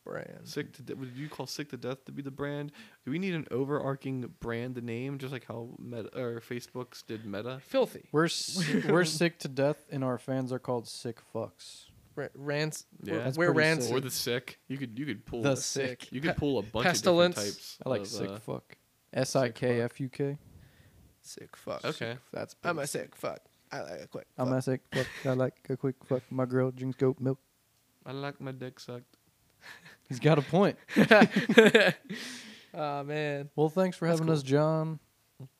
Speaker 2: brand.
Speaker 3: Sick to de- would you call Sick to Death to be the brand? Do we need an overarching brand name just like how Meta or Facebook's did Meta?
Speaker 2: Filthy.
Speaker 1: We're s- we're sick to death, and our fans are called sick fucks.
Speaker 2: Ra- rants.
Speaker 3: Yeah.
Speaker 2: we're-
Speaker 3: That's
Speaker 2: We're
Speaker 1: pretty
Speaker 2: rancid.
Speaker 1: sick.
Speaker 3: Or the sick. You could you could pull
Speaker 1: The
Speaker 3: a-
Speaker 1: sick.
Speaker 3: You could pull a bunch
Speaker 2: Pestilence.
Speaker 3: of different types.
Speaker 1: I like
Speaker 3: of,
Speaker 1: sick
Speaker 3: uh,
Speaker 1: fuck. S I K F U K.
Speaker 2: Sick fuck.
Speaker 3: Okay.
Speaker 1: That's
Speaker 2: I'm a sick fuck. I like a quick.
Speaker 1: I'm
Speaker 2: fuck.
Speaker 1: a sick fuck. I like a quick fuck. My girl drinks goat milk.
Speaker 3: I like my dick sucked.
Speaker 1: He's got a point.
Speaker 2: oh man. Ah,
Speaker 1: Well, thanks for
Speaker 2: That's
Speaker 1: having
Speaker 2: cool.
Speaker 1: us, John.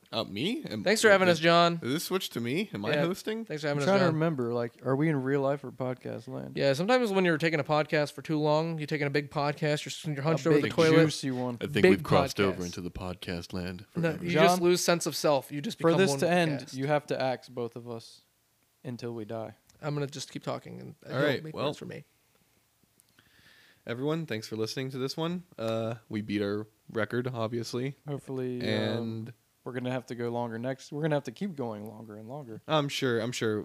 Speaker 3: Uh, me? Am-
Speaker 2: Thanks for having
Speaker 3: did-
Speaker 2: us, John.
Speaker 3: Did this switch to me? Am I
Speaker 2: Yeah.
Speaker 3: hosting?
Speaker 2: Thanks for
Speaker 1: I'm
Speaker 2: having us,
Speaker 1: trying to
Speaker 2: John.
Speaker 1: remember. Like, are we in real life or podcast land?
Speaker 2: Yeah, sometimes when you're taking a podcast for too long, you're taking a big podcast, you're, you're
Speaker 1: a
Speaker 2: hunched over the
Speaker 1: big
Speaker 2: toilet.
Speaker 1: juicy one.
Speaker 4: I think
Speaker 2: Big
Speaker 4: we've crossed over
Speaker 2: podcast.
Speaker 4: into the podcast land.
Speaker 2: No,
Speaker 4: forever.
Speaker 2: you
Speaker 1: John,
Speaker 2: just lose sense of self. You just
Speaker 1: For
Speaker 2: become
Speaker 1: this
Speaker 2: one
Speaker 1: to
Speaker 2: with the
Speaker 1: end,
Speaker 2: cast.
Speaker 1: you have to axe both of us until we die.
Speaker 2: I'm gonna just keep talking, and
Speaker 3: All
Speaker 2: it'll
Speaker 3: right,
Speaker 2: make
Speaker 3: well.
Speaker 2: sense for me.
Speaker 3: Everyone, thanks for listening to this one. Uh, we beat our record, obviously,
Speaker 1: Hopefully, um,
Speaker 3: and
Speaker 1: we're gonna have to go longer next. We're gonna have to keep going longer and longer.
Speaker 3: I'm sure. I'm sure.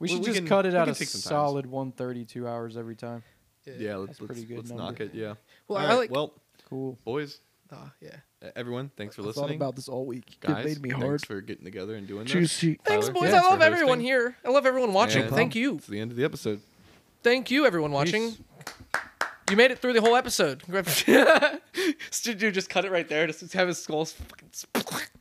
Speaker 1: We
Speaker 3: Well,
Speaker 1: should
Speaker 3: we
Speaker 1: just
Speaker 3: can-
Speaker 1: cut it
Speaker 3: we
Speaker 1: out
Speaker 3: can
Speaker 1: a
Speaker 3: take some time.
Speaker 1: solid 132 hours every time.
Speaker 3: Yeah, let's
Speaker 1: That's
Speaker 3: let's,
Speaker 1: pretty good
Speaker 3: let's
Speaker 1: number.
Speaker 3: knock it. Yeah.
Speaker 2: Well,
Speaker 3: All
Speaker 2: I
Speaker 3: right,
Speaker 2: like.
Speaker 3: Well,
Speaker 1: Cool.
Speaker 3: boys,
Speaker 2: Ah, yeah.
Speaker 3: uh, everyone, thanks for listening.
Speaker 1: this all week.
Speaker 3: Guys, thanks for getting together and doing this.
Speaker 2: Thanks,
Speaker 3: Tyler,
Speaker 2: boys.
Speaker 3: yeah,
Speaker 2: I love
Speaker 3: for
Speaker 2: everyone
Speaker 3: hosting.
Speaker 2: here. I love everyone watching.
Speaker 3: And
Speaker 2: Thank you.
Speaker 3: It's the end of the episode.
Speaker 2: Thank you, everyone watching.
Speaker 1: Peace.
Speaker 2: You made it through the whole episode. Dude, just cut it right there. Just have his skull. fucking